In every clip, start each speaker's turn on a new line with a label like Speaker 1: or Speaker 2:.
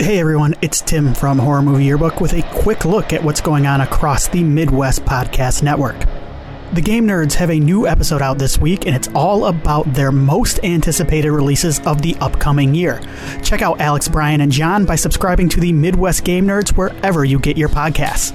Speaker 1: Hey everyone, it's Tim from Horror Movie Yearbook with a quick look at what's going on across the Midwest Podcast Network. The Game Nerds have a new episode out this week, and it's all about their most anticipated releases of the upcoming year. Check out Alex, Brian, and John by subscribing to the Midwest Game Nerds wherever you get your podcasts.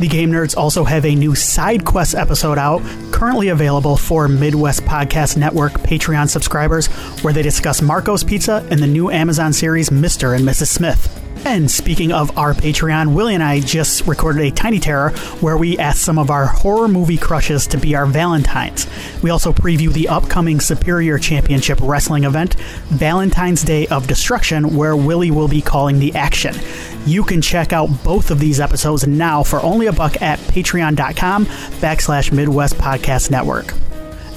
Speaker 1: The Game Nerds also have a new side quest episode out, currently available for Midwest Podcast Network Patreon subscribers, where they discuss Marco's Pizza and the new Amazon series Mr. and Mrs. Smith. And speaking of our Patreon, Willie and I just recorded a Tiny Terror where we asked some of our horror movie crushes to be our Valentines. We also preview the upcoming Superior Championship Wrestling event, Valentine's Day of Destruction, where Willie will be calling the action. You can check out both of these episodes now for only a buck at patreon.com backslash Midwest Podcast Network.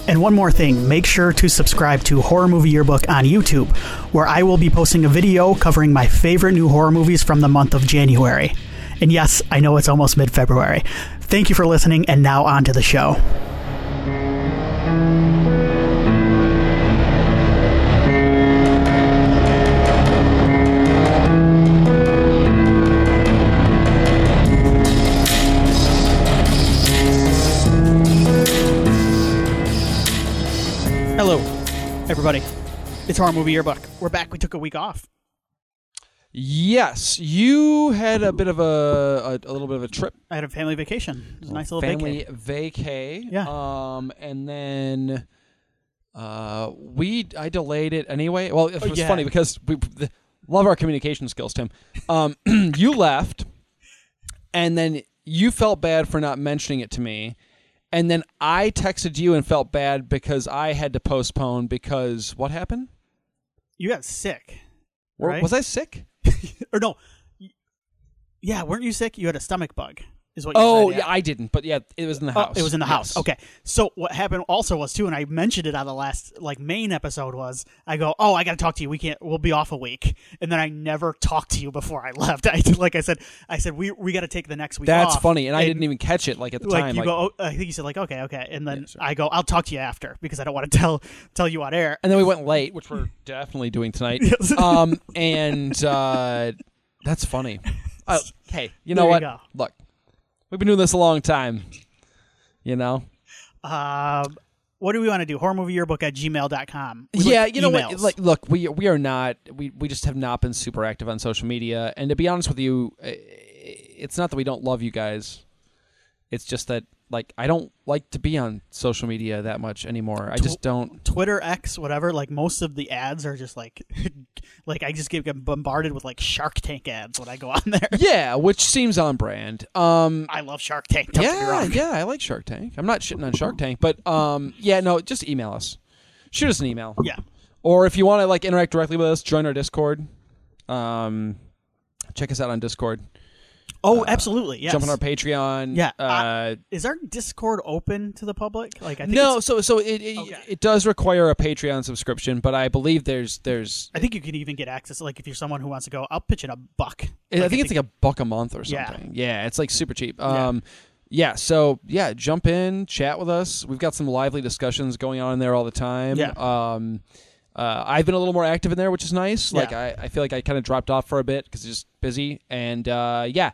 Speaker 1: And one more thing, make sure to subscribe to Horror Movie Yearbook on YouTube, where I will be posting a video covering my favorite new horror movies from the month of January. And yes, I know it's almost mid February. Thank you for listening, and now on to the show. Hello, everybody. It's Horror Movie Yearbook. We're back. We took a week off.
Speaker 2: Yes, you had a bit of a a, a little bit of a trip,
Speaker 1: I had a family vacation. It was a nice little
Speaker 2: Oh, family
Speaker 1: vacation.
Speaker 2: vacay.
Speaker 1: Yeah.
Speaker 2: Um, and then uh, we I delayed it anyway. Well, it was
Speaker 1: Oh, yeah.
Speaker 2: funny because we the, love our communication skills, Tim. Um, you left, and then you felt bad for not mentioning it to me. And then I texted you and felt bad because I had to postpone because what happened?
Speaker 1: You got sick,
Speaker 2: Or-
Speaker 1: Right.
Speaker 2: Was I sick?
Speaker 1: or no? y- Yeah, weren't you sick? You had a stomach bug, is what. You
Speaker 2: Oh,
Speaker 1: said,
Speaker 2: yeah, I didn't. But yeah, it was in the
Speaker 1: Oh,
Speaker 2: house.
Speaker 1: it was in the house.
Speaker 2: Yes.
Speaker 1: Okay. So what happened also was too, and I mentioned it on the last like main episode was I go, oh, I got to talk to you. We can't. We'll be off a week, and then I never talked to you before I left. I did- like I said, I said we we got to take the next week.
Speaker 2: That's
Speaker 1: off."
Speaker 2: funny, and I didn't even catch it like at the
Speaker 1: Like
Speaker 2: time.
Speaker 1: you
Speaker 2: like-
Speaker 1: go, oh, I think you said like okay, okay, and then
Speaker 2: Yeah, sure.
Speaker 1: I go, I'll talk to you after because I don't want to tell tell you on air.
Speaker 2: and then we went late, which we're definitely doing tonight.
Speaker 1: Yes.
Speaker 2: Um, and uh, that's funny. Uh, hey, you know
Speaker 1: There you
Speaker 2: what?
Speaker 1: go.
Speaker 2: Look, we've been doing this a long time. You know.
Speaker 1: Um, what do we want to do? Horror movie yearbook at gmail.com. We
Speaker 2: yeah,
Speaker 1: like
Speaker 2: you know what?
Speaker 1: emails.
Speaker 2: Like, look, we we are not. We we just have not been super active on social media. And to be honest with you, eh, it's not that we don't love you guys. It's just that like I don't like to be on social media that much anymore. I just don't.
Speaker 1: Twitter X, whatever, like most of the ads are just like, like I just get get bombarded with like Shark Tank ads when I go on there.
Speaker 2: Yeah, which seems on brand. Um,
Speaker 1: I love Shark Tank. Don't get me
Speaker 2: yeah,
Speaker 1: wrong.
Speaker 2: yeah, I like Shark Tank. I'm not shitting on Shark Tank, but um, yeah, no, just email us. Shoot us an email.
Speaker 1: Yeah.
Speaker 2: Or if you want to like interact directly with us, join our Discord. Um, check us out on Discord.
Speaker 1: Oh, absolutely. Yes.
Speaker 2: Jump on our Patreon.
Speaker 1: Yeah,
Speaker 2: Uh,
Speaker 1: Is our Discord open to the public? Like, I think
Speaker 2: no,
Speaker 1: it's- Oh,
Speaker 2: so so it it,
Speaker 1: Okay.
Speaker 2: it does require a Patreon subscription, but I believe there's there's
Speaker 1: I think you can even get access. Like, if you're someone who wants to go, I'll pitch in a buck.
Speaker 2: I
Speaker 1: Like,
Speaker 2: think it's like a buck a month or
Speaker 1: Yeah.
Speaker 2: something. Yeah, it's like super cheap.
Speaker 1: Yeah.
Speaker 2: Um, yeah. So yeah, jump in, chat with us. We've got some lively discussions going on in there all the time.
Speaker 1: Yeah.
Speaker 2: Um, uh, I've been a little more active in there, which is nice.
Speaker 1: Yeah.
Speaker 2: Like I, I feel like I kind of dropped off for a bit because just busy. And uh, yeah.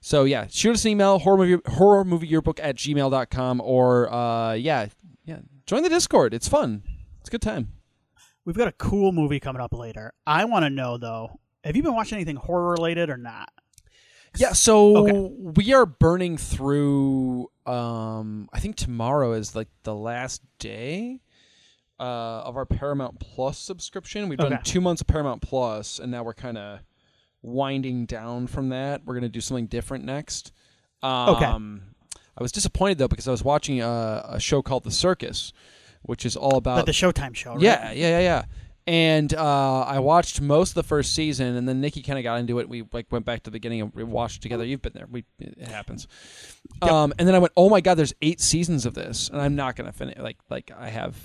Speaker 2: So yeah, shoot us an email horror movie horror movie yearbook at gmail.com or uh, yeah yeah join the Discord. It's fun. It's a good time.
Speaker 1: We've got a cool movie coming up later. I want to know though, have you been watching anything horror related or not?
Speaker 2: Yeah, so
Speaker 1: Okay.
Speaker 2: we are burning through um I think tomorrow is like the last day uh of our Paramount Plus subscription. We've done
Speaker 1: Okay.
Speaker 2: 2 months of Paramount Plus and now we're kind of winding down from that. We're going to do something different next. Um I was disappointed though because I was watching a, a show called The Circus, which is all about
Speaker 1: Like the Showtime show. Right?
Speaker 2: Uh, yeah, yeah, yeah, yeah. And uh, I watched most of the first season, and then Nikki kind of got into it. We like went back to the beginning and we watched together. You've been there. We it happens. Um, and then I went, oh my god, there's eight seasons of this, and I'm not gonna finish. Like like I have.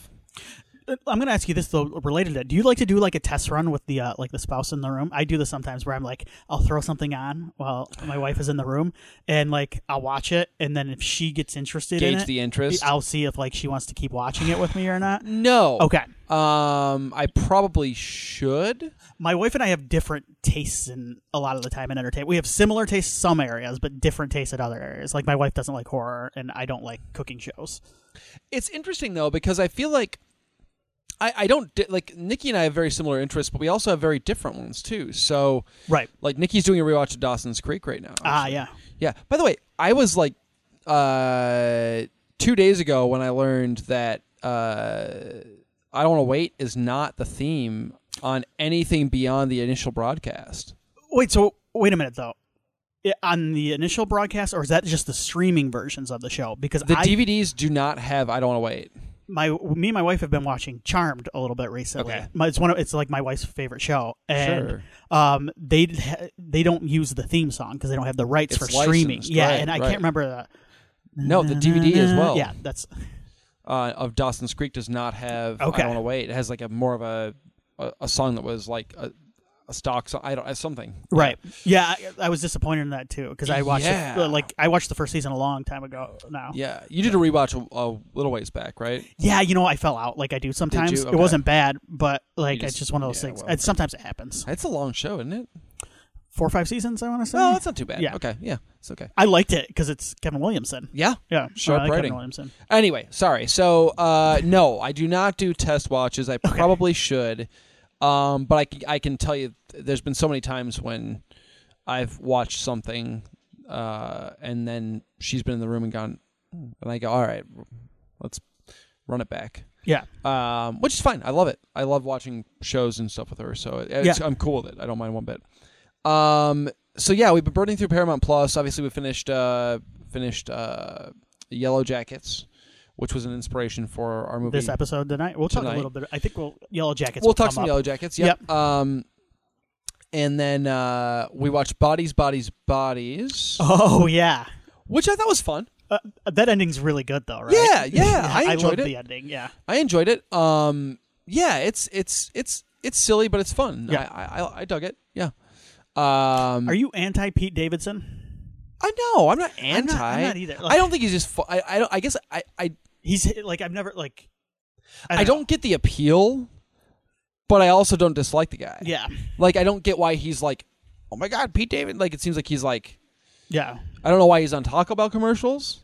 Speaker 1: I'm gonna ask you this though, related to that. Do you like to do like a test run with the uh, like the spouse in the room? I do this sometimes where I'm like, I'll throw something on while my wife is in the room, and like I'll watch it, and then if she gets interested in
Speaker 2: Gauge
Speaker 1: it,
Speaker 2: the interest.
Speaker 1: I'll see if like she wants to keep watching it with me or not.
Speaker 2: No.
Speaker 1: Okay,
Speaker 2: Um, I probably should.
Speaker 1: my wife and I have different tastes in a lot of the time in entertainment. We have similar tastes some areas, but different tastes at other areas. Like my wife doesn't like horror, and I don't like cooking shows.
Speaker 2: It's interesting though because I feel like I I don't di- like Nikki and I have very similar interests, but we also have very different ones too. So
Speaker 1: Right?
Speaker 2: like Nikki's doing a rewatch of Dawson's Creek right now.
Speaker 1: Ah, yeah.
Speaker 2: Yeah. By the way, I was like uh, two days ago when I learned that uh, I don't want to wait is not the theme on anything beyond the initial broadcast.
Speaker 1: Wait, so wait a minute though. I on the initial broadcast, or is that just the streaming versions of the show? Because
Speaker 2: The
Speaker 1: I,
Speaker 2: DVDs do not have I don't want to wait.
Speaker 1: my, me and my wife have been watching Charmed a little bit recently.
Speaker 2: Okay.
Speaker 1: My- it's one of, it's like my wife's favorite show, and
Speaker 2: Sure.
Speaker 1: um, they d- ha- they don't use the theme song because they don't have the rights
Speaker 2: It's
Speaker 1: for streaming.
Speaker 2: licensed,
Speaker 1: Yeah,
Speaker 2: right,
Speaker 1: and I
Speaker 2: right.
Speaker 1: can't remember the
Speaker 2: No, the DVD as well.
Speaker 1: Yeah, that's
Speaker 2: uh, of Dawson's Creek does not have
Speaker 1: Okay.
Speaker 2: I Don't Want to Wait. It has like a more of a a, a song that was like a, a stock song. I don't uh, something.
Speaker 1: right. Yeah, I, I was disappointed in that too because I watched the-
Speaker 2: Yeah.
Speaker 1: like I watched the first season a long time ago now.
Speaker 2: Yeah, you did a rewatch a, a little ways back, right?
Speaker 1: Yeah, you know, I fell out like I do sometimes.
Speaker 2: you?
Speaker 1: It
Speaker 2: Okay.
Speaker 1: wasn't bad, but like
Speaker 2: You just-
Speaker 1: it's just one of those
Speaker 2: yeah,
Speaker 1: things.
Speaker 2: well,
Speaker 1: it sometimes it happens.
Speaker 2: It's a long show, isn't it?
Speaker 1: Four or five seasons, I want to say.
Speaker 2: No, it's not too bad.
Speaker 1: Yeah.
Speaker 2: Okay. Yeah, it's okay.
Speaker 1: I liked it because it's Kevin Williamson.
Speaker 2: Yeah.
Speaker 1: Yeah,
Speaker 2: Sharp
Speaker 1: I like
Speaker 2: writing.
Speaker 1: Kevin Williamson.
Speaker 2: Anyway, sorry. So, uh, no, I do not do test watches. I probably should, um, but I, c- I can tell you, th- there's been so many times when I've watched something, uh, and then she's been in the room and gone, "Hmm," and I go, all right, let's run it back,
Speaker 1: Yeah,
Speaker 2: um, which is fine. I love it. I love watching shows and stuff with her, so it- it's,
Speaker 1: Yeah.
Speaker 2: I'm cool with it. I don't mind one bit. Um, so yeah, we've been burning through Paramount Plus. Obviously, we finished uh, finished uh, Yellow Jackets, which was an inspiration for our movie.
Speaker 1: this episode tonight we'll talk
Speaker 2: Tonight.
Speaker 1: a little bit. I think we'll Yellow Jackets.
Speaker 2: we'll
Speaker 1: will
Speaker 2: talk
Speaker 1: come
Speaker 2: some
Speaker 1: up.
Speaker 2: Yellow Jackets. Yep. Um, and then uh, we watched Bodies, Bodies, Bodies,
Speaker 1: Oh yeah,
Speaker 2: which I thought was fun.
Speaker 1: uh, that ending's really good though, right?
Speaker 2: Yeah, yeah, I enjoyed
Speaker 1: love
Speaker 2: it.
Speaker 1: the ending. Yeah,
Speaker 2: I enjoyed it. Um, yeah, it's it's it's it's silly, but it's fun.
Speaker 1: Yeah.
Speaker 2: I, I I- I dug it. Yeah. Um,
Speaker 1: are you anti Pete Davidson?
Speaker 2: I know I'm not
Speaker 1: I'm
Speaker 2: anti.
Speaker 1: not- I'm not either.
Speaker 2: I don't think he's just. Fu- I I, don't, I guess I I
Speaker 1: He's like I've never like
Speaker 2: I don't get the appeal, but I also don't dislike the guy.
Speaker 1: Yeah,
Speaker 2: Like I don't get why he's like, oh my god, Pete David. Like it seems like he's like
Speaker 1: yeah.
Speaker 2: I don't know why he's on Taco Bell commercials.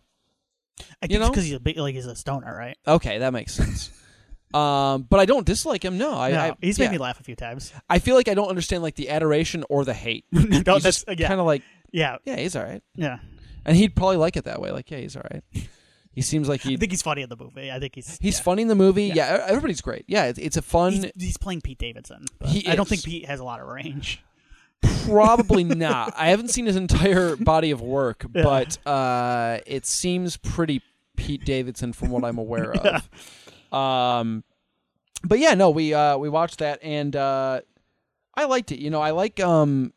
Speaker 1: I think
Speaker 2: You know?
Speaker 1: because he's a big, like he's a stoner, right?
Speaker 2: Okay, that makes sense. um, but I don't dislike him. No, I,
Speaker 1: no,
Speaker 2: I
Speaker 1: he's made
Speaker 2: yeah.
Speaker 1: me laugh a few times.
Speaker 2: I feel like I don't understand like the adoration or the hate.
Speaker 1: no,
Speaker 2: he's
Speaker 1: that's
Speaker 2: just
Speaker 1: yeah,
Speaker 2: kind of like
Speaker 1: yeah,
Speaker 2: yeah, he's all right,
Speaker 1: yeah.
Speaker 2: and he'd probably like it that way. Like yeah, he's all right. He seems like
Speaker 1: I
Speaker 2: he
Speaker 1: think he's funny in the movie. I think he's
Speaker 2: he's
Speaker 1: yeah.
Speaker 2: funny in the movie. Yeah, e- everybody's great. Yeah, it's, it's a fun.
Speaker 1: He's, he's playing Pete Davidson. but
Speaker 2: He
Speaker 1: I don't think
Speaker 2: is.
Speaker 1: Pete has a lot of range.
Speaker 2: Probably not. I haven't seen his entire body of work,
Speaker 1: Yeah.
Speaker 2: but uh, it seems pretty Pete Davidson from what I'm aware of. Um, but yeah, no, we uh, we watched that and uh, I liked it. You know, I like um,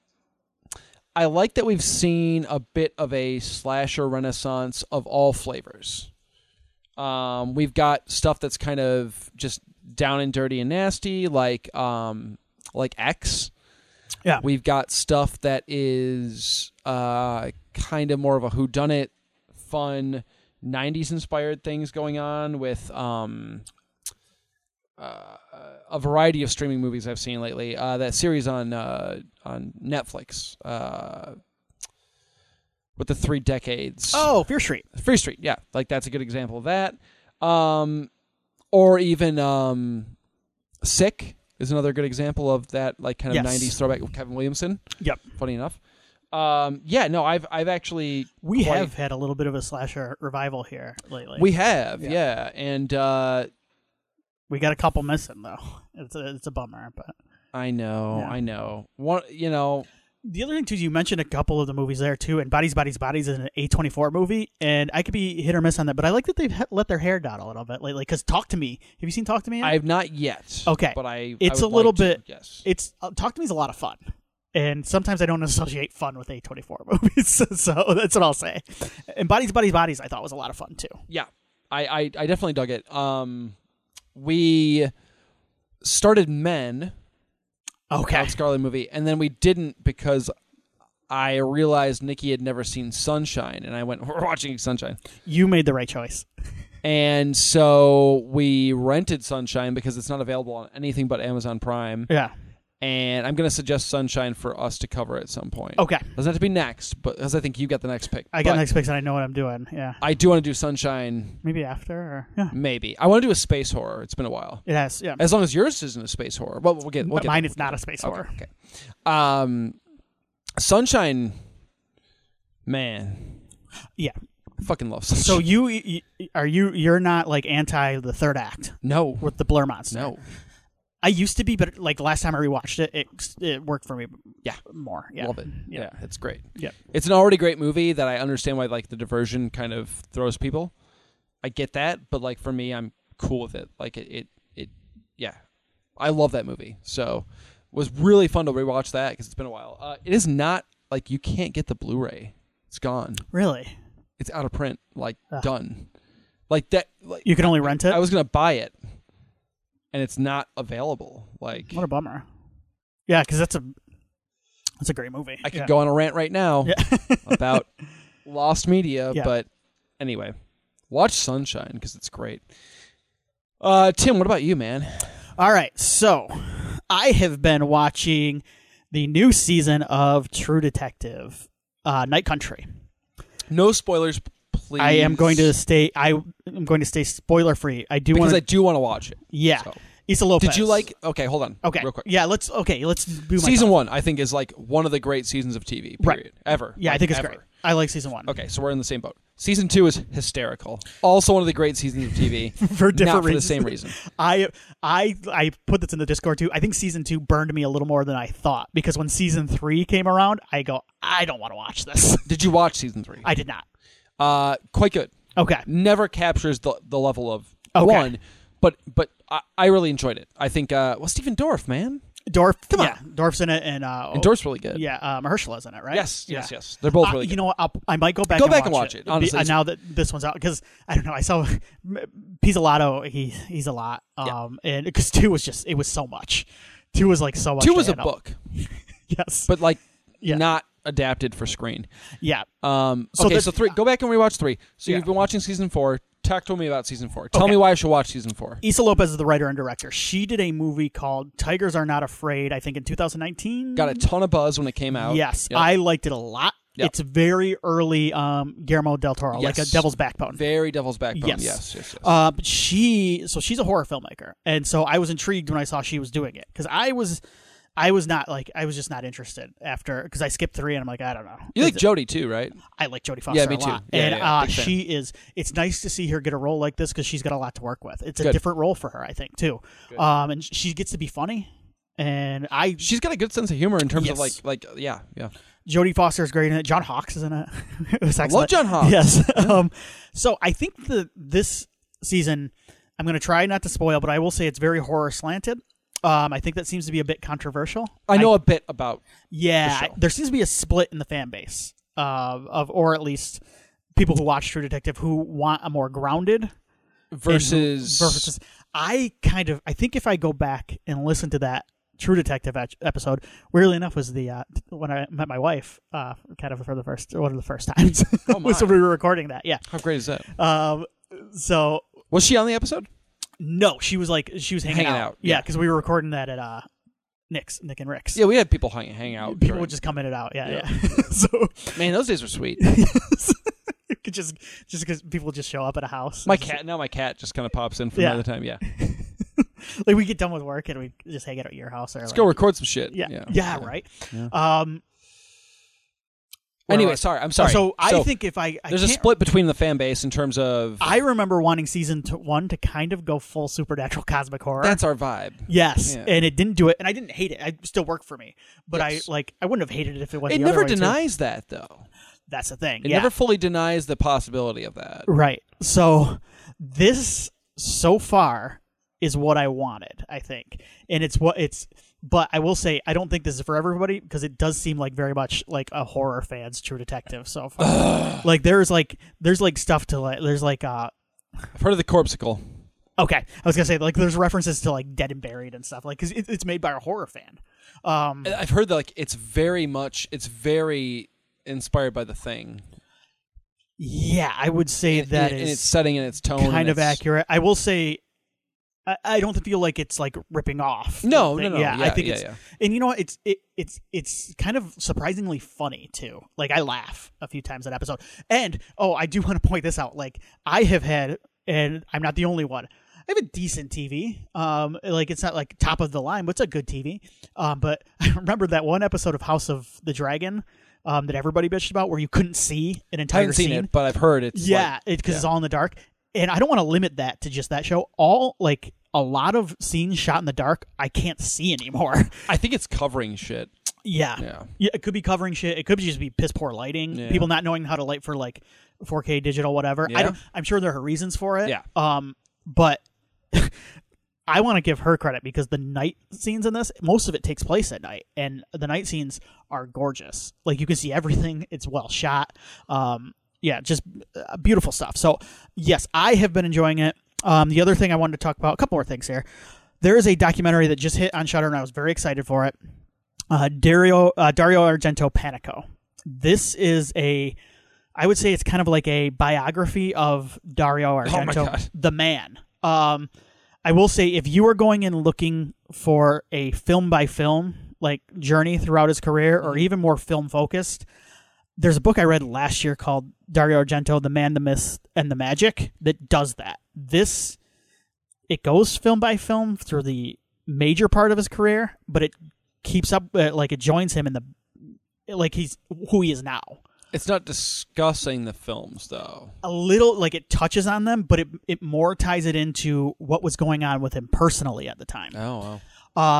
Speaker 2: I like that we've seen a bit of a slasher renaissance of all flavors. Um, we've got stuff that's kind of just down and dirty and nasty, like um, like X.
Speaker 1: Yeah,
Speaker 2: We've got stuff that is uh, kind of more of a whodunit, fun, 90s inspired things going on with um, uh, a variety of streaming movies I've seen lately. Uh, that series on uh, on Netflix uh, with the three decades.
Speaker 1: Oh, Fear Street.
Speaker 2: Free Street, yeah. Like that's a good example of that. Um or even um Sick is another good example of that like kind of
Speaker 1: Yes.
Speaker 2: 90s throwback with Kevin Williamson,
Speaker 1: Yep.
Speaker 2: funny enough. Um yeah, no, I've I've actually
Speaker 1: We
Speaker 2: quite-
Speaker 1: have had a little bit of a slasher revival here lately.
Speaker 2: we have, yeah.
Speaker 1: Yeah.
Speaker 2: And uh
Speaker 1: we got a couple missing though. It's a, it's a bummer, but
Speaker 2: I know,
Speaker 1: Yeah.
Speaker 2: I know. One you know,
Speaker 1: the other thing too, is you mentioned a couple of the movies there too, and Bodies, Bodies, Bodies is an A twenty four movie, and I could be hit or miss on that, but I like that they've ha- let their hair down a little bit lately. Because Talk to Me, have you seen Talk to Me? yet?
Speaker 2: I have not yet.
Speaker 1: Okay.
Speaker 2: But I
Speaker 1: It's
Speaker 2: I
Speaker 1: a
Speaker 2: would
Speaker 1: little
Speaker 2: like to,
Speaker 1: bit-
Speaker 2: yes.
Speaker 1: it's uh, Talk to Me is a lot of fun, and sometimes I don't associate fun with A twenty four movies, so that's what I'll say. And Bodies, Bodies, Bodies, I thought was a lot of fun too.
Speaker 2: yeah. I, I I definitely dug it. Um we started Men,
Speaker 1: Okay.
Speaker 2: Alex Garland movie, and then we didn't because I realized Nikki had never seen Sunshine, and I went, "We're watching Sunshine,"
Speaker 1: You made the right choice.
Speaker 2: and so we rented Sunshine because it's not available on anything but Amazon Prime.
Speaker 1: Yeah.
Speaker 2: And I'm going to suggest Sunshine for us to cover at some point.
Speaker 1: Okay.
Speaker 2: Doesn't have to be next, but because I think you got the next pick.
Speaker 1: Oh. I got
Speaker 2: But
Speaker 1: next picks and I know what I'm doing. Yeah.
Speaker 2: I do want to do Sunshine.
Speaker 1: Maybe after or yeah.
Speaker 2: Maybe I want to do a space horror. It's been a while.
Speaker 1: It has yeah.
Speaker 2: As long as yours isn't a space horror, well, we'll get. We'll
Speaker 1: But
Speaker 2: get
Speaker 1: mine is not a space horror.
Speaker 2: Okay. Um, Sunshine, man,
Speaker 1: Yeah.
Speaker 2: fucking love Sunshine.
Speaker 1: So you, you are you you're not like anti the third act
Speaker 2: no,
Speaker 1: with the blur monster.
Speaker 2: no,
Speaker 1: I used to be, but like last time I rewatched it, it it worked for me.
Speaker 2: Yeah.
Speaker 1: More. Yeah.
Speaker 2: love it. Yeah.
Speaker 1: Yeah.
Speaker 2: it's great.
Speaker 1: Yeah.
Speaker 2: It's an already great movie that I understand why like the diversion kind of throws people. I get that, but like for me, I'm cool with it. Like it, it, it yeah, I love that movie. So it was really fun to rewatch that because it's been a while. Uh, it is not like you can't get the Blu-ray. It's gone.
Speaker 1: Really.
Speaker 2: It's out of print. Like
Speaker 1: Ugh.
Speaker 2: done. Like that. Like
Speaker 1: You can only rent it.
Speaker 2: I was gonna buy it, and it's not available. Like
Speaker 1: what a bummer. Yeah, because that's a that's a great movie.
Speaker 2: I could
Speaker 1: yeah.
Speaker 2: go on a rant right now
Speaker 1: Yeah.
Speaker 2: about lost media,
Speaker 1: Yeah.
Speaker 2: but anyway, watch Sunshine because it's great. Uh, Tim, what about you, man?
Speaker 1: All right, so I have been watching the new season of True Detective, uh, Night Country.
Speaker 2: No spoilers, please.
Speaker 1: I am going to stay. I am going to stay spoiler free. I do
Speaker 2: because
Speaker 1: want
Speaker 2: I
Speaker 1: to.
Speaker 2: do want to watch it.
Speaker 1: Yeah,
Speaker 2: so.
Speaker 1: Issa Lopez.
Speaker 2: Did you like? Okay, hold on.
Speaker 1: Okay,
Speaker 2: real quick.
Speaker 1: Yeah, let's. Okay, let's do my
Speaker 2: season
Speaker 1: thoughts.
Speaker 2: one, I think, is like one of the great seasons of TV. Period.
Speaker 1: Right.
Speaker 2: Ever.
Speaker 1: Yeah, I
Speaker 2: Like,
Speaker 1: think it's
Speaker 2: ever.
Speaker 1: great. I like season one
Speaker 2: Okay, so we're in the same boat. Season two is hysterical. Also, one of the great seasons of TV.
Speaker 1: for different
Speaker 2: not for the
Speaker 1: reasons.
Speaker 2: same reason.
Speaker 1: I I I put this in the Discord too. I think season two burned me a little more than I thought because when season three came around, I go, I don't want to watch this.
Speaker 2: Did you watch season three?
Speaker 1: I did not.
Speaker 2: Uh, quite good.
Speaker 1: Okay.
Speaker 2: Never captures the, the level of
Speaker 1: Okay.
Speaker 2: one, but but I, I really enjoyed it. I think uh, well, Stephen Dorff, man,
Speaker 1: Dorf, come yeah, on, Dorf's in it, and uh,
Speaker 2: and Dorff's really good.
Speaker 1: Oh, yeah, uh, Mahershala's in it, right?
Speaker 2: Yes, yes,
Speaker 1: Yeah.
Speaker 2: yes. They're both
Speaker 1: Uh,
Speaker 2: really.
Speaker 1: you
Speaker 2: good.
Speaker 1: know, what, I'll, I might go back.
Speaker 2: Go
Speaker 1: and
Speaker 2: back and
Speaker 1: watch
Speaker 2: watch it, honestly.
Speaker 1: Be- uh, now that this one's out, because I don't know, I saw Pizzolato. He he's a lot. Um, and because two was just it was so much. Two was like so much.
Speaker 2: Two
Speaker 1: to
Speaker 2: was a
Speaker 1: handle.
Speaker 2: book,
Speaker 1: Yes.
Speaker 2: but like
Speaker 1: Yeah.
Speaker 2: not adapted for screen.
Speaker 1: yeah.
Speaker 2: Um,
Speaker 1: So
Speaker 2: okay,
Speaker 1: that-
Speaker 2: so three. Go back and rewatch three. So
Speaker 1: Yeah.
Speaker 2: you've been watching season four. Talk to me about season four. Tell
Speaker 1: Okay.
Speaker 2: me why I should watch season four.
Speaker 1: Issa Lopez is the writer and director. She did a movie called Tigers Are Not Afraid. I think in 2019.
Speaker 2: Got a ton of buzz when it came out.
Speaker 1: Mm-hmm. Yes,
Speaker 2: Yep.
Speaker 1: I liked it a lot.
Speaker 2: Yep.
Speaker 1: It's very early um, Guillermo del Toro, like a
Speaker 2: Yes.
Speaker 1: Devil's Backbone.
Speaker 2: very Devil's Backbone.
Speaker 1: Yes.
Speaker 2: Yes, yes, yes.
Speaker 1: Uh, but she, so she's a horror filmmaker, and so I was intrigued when I saw she was doing it because I was, I was not like I was just not interested after because I skipped three and I'm like I don't know.
Speaker 2: you like
Speaker 1: Is it-
Speaker 2: Jody too, right?
Speaker 1: I like Jodie Foster
Speaker 2: me
Speaker 1: a lot,
Speaker 2: too. Yeah,
Speaker 1: and
Speaker 2: yeah,
Speaker 1: uh,
Speaker 2: big fan.
Speaker 1: she is. It's nice to see her get a role like this because she's got a lot to work with. It's a
Speaker 2: Good.
Speaker 1: different role for her, I think, too. Um, and she gets to be funny, and I
Speaker 2: She's got a good sense of humor in terms of like
Speaker 1: Yes.
Speaker 2: like yeah yeah.
Speaker 1: Jodie Foster is great in it. John Hawkes is in it. it was excellent.
Speaker 2: John Hawkes.
Speaker 1: Yes. um, so I think the this season, I'm going to try not to spoil, but I will say it's very horror slanted. Um, I think that seems to be a bit controversial.
Speaker 2: I know a bit about
Speaker 1: yeah,
Speaker 2: the show.
Speaker 1: there seems to be a split in the fan base uh, of, or at least people who watch True Detective who want a more grounded
Speaker 2: versus
Speaker 1: and who- versus I kind of I think if I go back and listen to that True Detective ep- episode, weirdly enough, was the uh, when I met my wife, uh, kind of for the first one of the first times
Speaker 2: Oh, my.
Speaker 1: was when we were recording that. Yeah.
Speaker 2: How great is that?
Speaker 1: Um, so
Speaker 2: Was she on the episode?
Speaker 1: no, she was like she was hanging,
Speaker 2: Hanging out,
Speaker 1: Yeah,
Speaker 2: yeah.
Speaker 1: because we were recording that at uh, Nick's Nick and Rick's.
Speaker 2: Yeah, we had people hang, hang out.
Speaker 1: People
Speaker 2: during-
Speaker 1: would just comment it out, yeah, yeah.
Speaker 2: Yeah.
Speaker 1: so
Speaker 2: man, those days were sweet.
Speaker 1: you could just just because people just show up at a house.
Speaker 2: My
Speaker 1: Just-
Speaker 2: cat now, my cat just kind of pops in from
Speaker 1: Yeah.
Speaker 2: time to time. Yeah,
Speaker 1: like we get done with work and we just hang out at your house. Or
Speaker 2: let's
Speaker 1: like,
Speaker 2: go record some shit.
Speaker 1: Yeah, yeah, right.
Speaker 2: Yeah.
Speaker 1: Um. where
Speaker 2: Anyway,
Speaker 1: was-
Speaker 2: sorry, I'm sorry.
Speaker 1: So I think if I, I
Speaker 2: there's a
Speaker 1: can't-
Speaker 2: split between the fan base in terms of
Speaker 1: I remember wanting season t- one to kind of go full supernatural cosmic horror.
Speaker 2: that's our vibe.
Speaker 1: yes,
Speaker 2: yeah.
Speaker 1: and it didn't do it, and I didn't hate it. I still worked for me, but
Speaker 2: Yes.
Speaker 1: I like I wouldn't have hated it if it went.
Speaker 2: It
Speaker 1: the
Speaker 2: never
Speaker 1: other way, too.
Speaker 2: denies that though.
Speaker 1: That's the thing.
Speaker 2: It
Speaker 1: yeah.
Speaker 2: never fully denies the possibility of that.
Speaker 1: Right. So this so far is what I wanted, I think. And it's what it's but I will say I don't think this is for everybody because it does seem like very much like a horror fan's true detective so far. like there's like there's like stuff to like there's like uh
Speaker 2: I've heard of the corpsicle.
Speaker 1: Okay, I was gonna say like there's references to like Dead and Buried and stuff like because it, it's made by a horror fan. Um,
Speaker 2: And I've heard that like it's very much it's very inspired by the thing.
Speaker 1: yeah, I would say
Speaker 2: And-
Speaker 1: that
Speaker 2: and,
Speaker 1: is
Speaker 2: and its setting and its tone and
Speaker 1: kind of
Speaker 2: its-
Speaker 1: accurate. I will say, I, I don't feel like it's like ripping off.
Speaker 2: No,
Speaker 1: the
Speaker 2: no,
Speaker 1: thing.
Speaker 2: no.
Speaker 1: Yeah, I
Speaker 2: yeah,
Speaker 1: think
Speaker 2: yeah,
Speaker 1: it's
Speaker 2: yeah.
Speaker 1: and you know what? It's it, it's it's kind of surprisingly funny too. Like I laugh a few times that episode. And oh, I do want to point this out. Like I have had, and I'm not the only one. I have a decent TV. Um, like it's not like top of the line, but it's a good TV. Um, but I remember that one episode of House of the Dragon. Um, that everybody bitched about, where you couldn't see an
Speaker 2: I
Speaker 1: entire
Speaker 2: haven't seen
Speaker 1: scene.
Speaker 2: it, but I've heard it's
Speaker 1: Yeah,
Speaker 2: like-
Speaker 1: because
Speaker 2: yeah.
Speaker 1: it's all in the dark, and I don't want to limit that to just that show. All like a lot of scenes shot in the dark, I can't see anymore.
Speaker 2: I think it's covering shit.
Speaker 1: yeah. yeah,
Speaker 2: Yeah.
Speaker 1: It could be covering shit. It could just be piss poor lighting.
Speaker 2: Yeah.
Speaker 1: People not knowing how to light for like 4K digital, whatever. I
Speaker 2: Yeah.
Speaker 1: don't, I'm sure there are reasons for it.
Speaker 2: Yeah.
Speaker 1: Um, but I want to give her credit because the night scenes in this, most of it takes place at night, and the night scenes are gorgeous. Like you can see everything; it's well shot. Um, yeah, just uh, beautiful stuff. So, yes, I have been enjoying it. Um, the other thing I wanted to talk about, a couple more things here. There is a documentary that just hit on Shutter, and I was very excited for it. Uh, Dario uh, Dario Argento Panico. This is a, I would say it's kind of like a biography of Dario
Speaker 2: Oh my
Speaker 1: Argento,
Speaker 2: God.
Speaker 1: the man. Um, I will say if you are going and looking for a film by film like journey throughout his career
Speaker 2: Mm-hmm.
Speaker 1: or even more film focused, there's a book I read last year called Dario Argento, The Man, the Myth, and the Magic that does that. This it goes film by film through the major part of his career, but it keeps up uh, like it joins him in the like he's who he is now.
Speaker 2: It's not discussing the films though.
Speaker 1: A little like it touches on them, but it it more ties it into what was going on with him personally at the time.
Speaker 2: Oh, wow.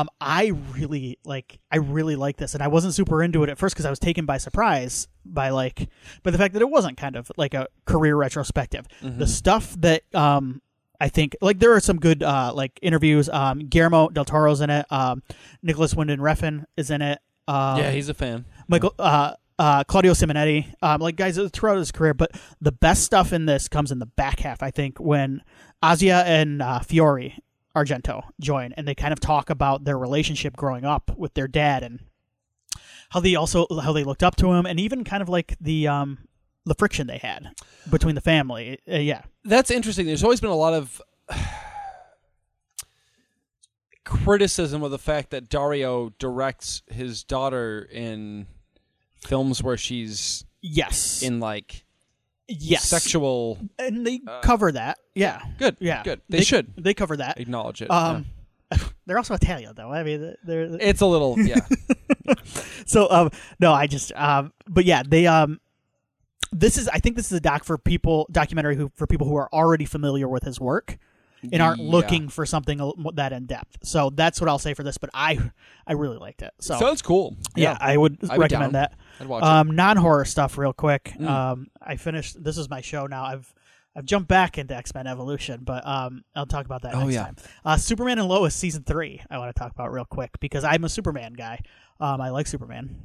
Speaker 1: Um, I really like. I really like this, and I wasn't super into it at first because I was taken by surprise by like by the fact that it wasn't kind of like a career retrospective. The stuff that um I think like there are some good uh like interviews. Um, Guillermo del Toro's in it. Um, Nicholas Winden Refn is in it. Um,
Speaker 2: yeah, he's a fan.
Speaker 1: Michael uh, uh, Claudio Simonetti, um, like guys throughout his career. But the best stuff in this comes in the back half, I think, when Azia and uh, Fiore Argento join, and they kind of talk about their relationship growing up with their dad and how they also how they looked up to him, and even kind of like the um, the friction they had between the family. Uh, yeah,
Speaker 2: That's interesting. There's always been a lot of criticism of the fact that Dario directs his daughter in films where she's
Speaker 1: yes,
Speaker 2: in like
Speaker 1: yes,
Speaker 2: sexual.
Speaker 1: and they cover that. Yeah,
Speaker 2: Good.
Speaker 1: yeah,
Speaker 2: Good. They, should
Speaker 1: they cover that.
Speaker 2: acknowledge it.
Speaker 1: Um, they're also Italian, though. I mean, they're,
Speaker 2: yeah. It's a little. Yeah.
Speaker 1: so um no i just um but yeah they um this is i think this is a doc for people documentary who for people who are already familiar with his work and aren't
Speaker 2: Yeah.
Speaker 1: looking for something a little mo- that in depth so that's what i'll say for this but i i really liked it so
Speaker 2: Sounds cool.
Speaker 1: yeah, i would
Speaker 2: I'd be
Speaker 1: recommend
Speaker 2: down.
Speaker 1: that
Speaker 2: I'd watch it. Mm.
Speaker 1: um non-horror stuff real quick um i finished this is my show now i've I've jumped back into X Men Evolution, but um, I'll talk about that
Speaker 2: Oh,
Speaker 1: next
Speaker 2: yeah.
Speaker 1: time. Uh, Superman and Lois season three. I want to talk about real quick because I'm a Superman guy. Um, I like Superman.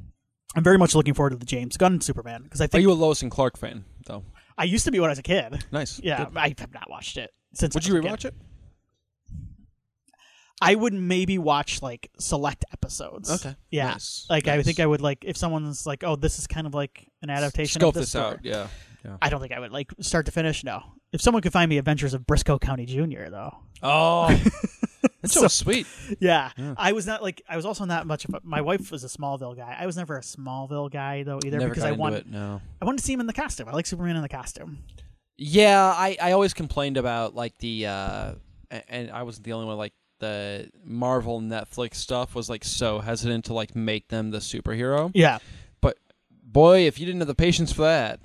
Speaker 1: I'm very much looking forward to the James Gunn Superman because I
Speaker 2: Are
Speaker 1: think
Speaker 2: you a Lois and Clark fan though?
Speaker 1: I used to be when I was a kid.
Speaker 2: Nice.
Speaker 1: Yeah,
Speaker 2: Good.
Speaker 1: I have not watched it since.
Speaker 2: Would
Speaker 1: I
Speaker 2: you
Speaker 1: was a kid.
Speaker 2: rewatch it?
Speaker 1: I would maybe watch like select episodes.
Speaker 2: Okay.
Speaker 1: Yeah.
Speaker 2: Nice.
Speaker 1: Like I
Speaker 2: Nice.
Speaker 1: think I would like if someone's like, oh, this is kind of like an adaptation.
Speaker 2: Scope
Speaker 1: of this,
Speaker 2: this
Speaker 1: story,"
Speaker 2: out. Yeah.
Speaker 1: I don't think I would like start to finish. No. If someone could find me Adventures of Briscoe County Jr. though.
Speaker 2: Oh, that's so, sweet.
Speaker 1: Yeah. I was not like I was also not much of a, my wife was a Smallville guy. I was never a Smallville guy though either
Speaker 2: Never
Speaker 1: because
Speaker 2: got
Speaker 1: I
Speaker 2: into
Speaker 1: wanted
Speaker 2: it. No.
Speaker 1: I wanted to see him in the costume. I like Superman in the costume.
Speaker 2: Yeah, I, I always complained about like the uh a- and I wasn't the only one like the Marvel Netflix stuff was like so hesitant to like make them the superhero.
Speaker 1: Yeah.
Speaker 2: But boy, if you didn't have the patience for that,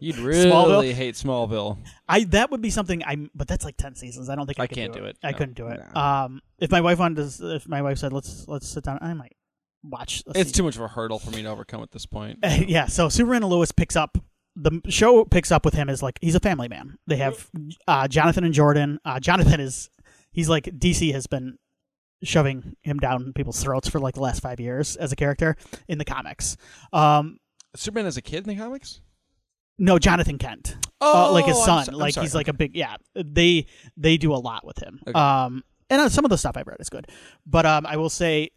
Speaker 2: you'd really
Speaker 1: Smallville?
Speaker 2: hate Smallville.
Speaker 1: I that would be something I'm, but that's like ten seasons. I don't think I,
Speaker 2: I
Speaker 1: could
Speaker 2: can't
Speaker 1: do
Speaker 2: do
Speaker 1: it.
Speaker 2: it.
Speaker 1: I
Speaker 2: No.
Speaker 1: couldn't do it.
Speaker 2: No.
Speaker 1: Um, if my wife wanted to, s- if my wife said let's let's sit down, I might watch. a
Speaker 2: It's
Speaker 1: season.
Speaker 2: too much of a hurdle for me to overcome at this point.
Speaker 1: yeah. So Superman and Lois picks up the m- show picks up with him as like he's a family man. They have uh, Jonathan and Jordan. Uh, Jonathan is he's like DC has been shoving him down people's throats for like the last five years as a character in the comics. Um,
Speaker 2: Superman as a kid in the comics?
Speaker 1: No, Jonathan Kent.
Speaker 2: Oh,
Speaker 1: uh, like his
Speaker 2: I'm
Speaker 1: son.
Speaker 2: so- I'm
Speaker 1: like
Speaker 2: sorry.
Speaker 1: he's like a big yeah. They they do a lot with him. Um, and uh, some of the stuff I've read is good, but um, I will say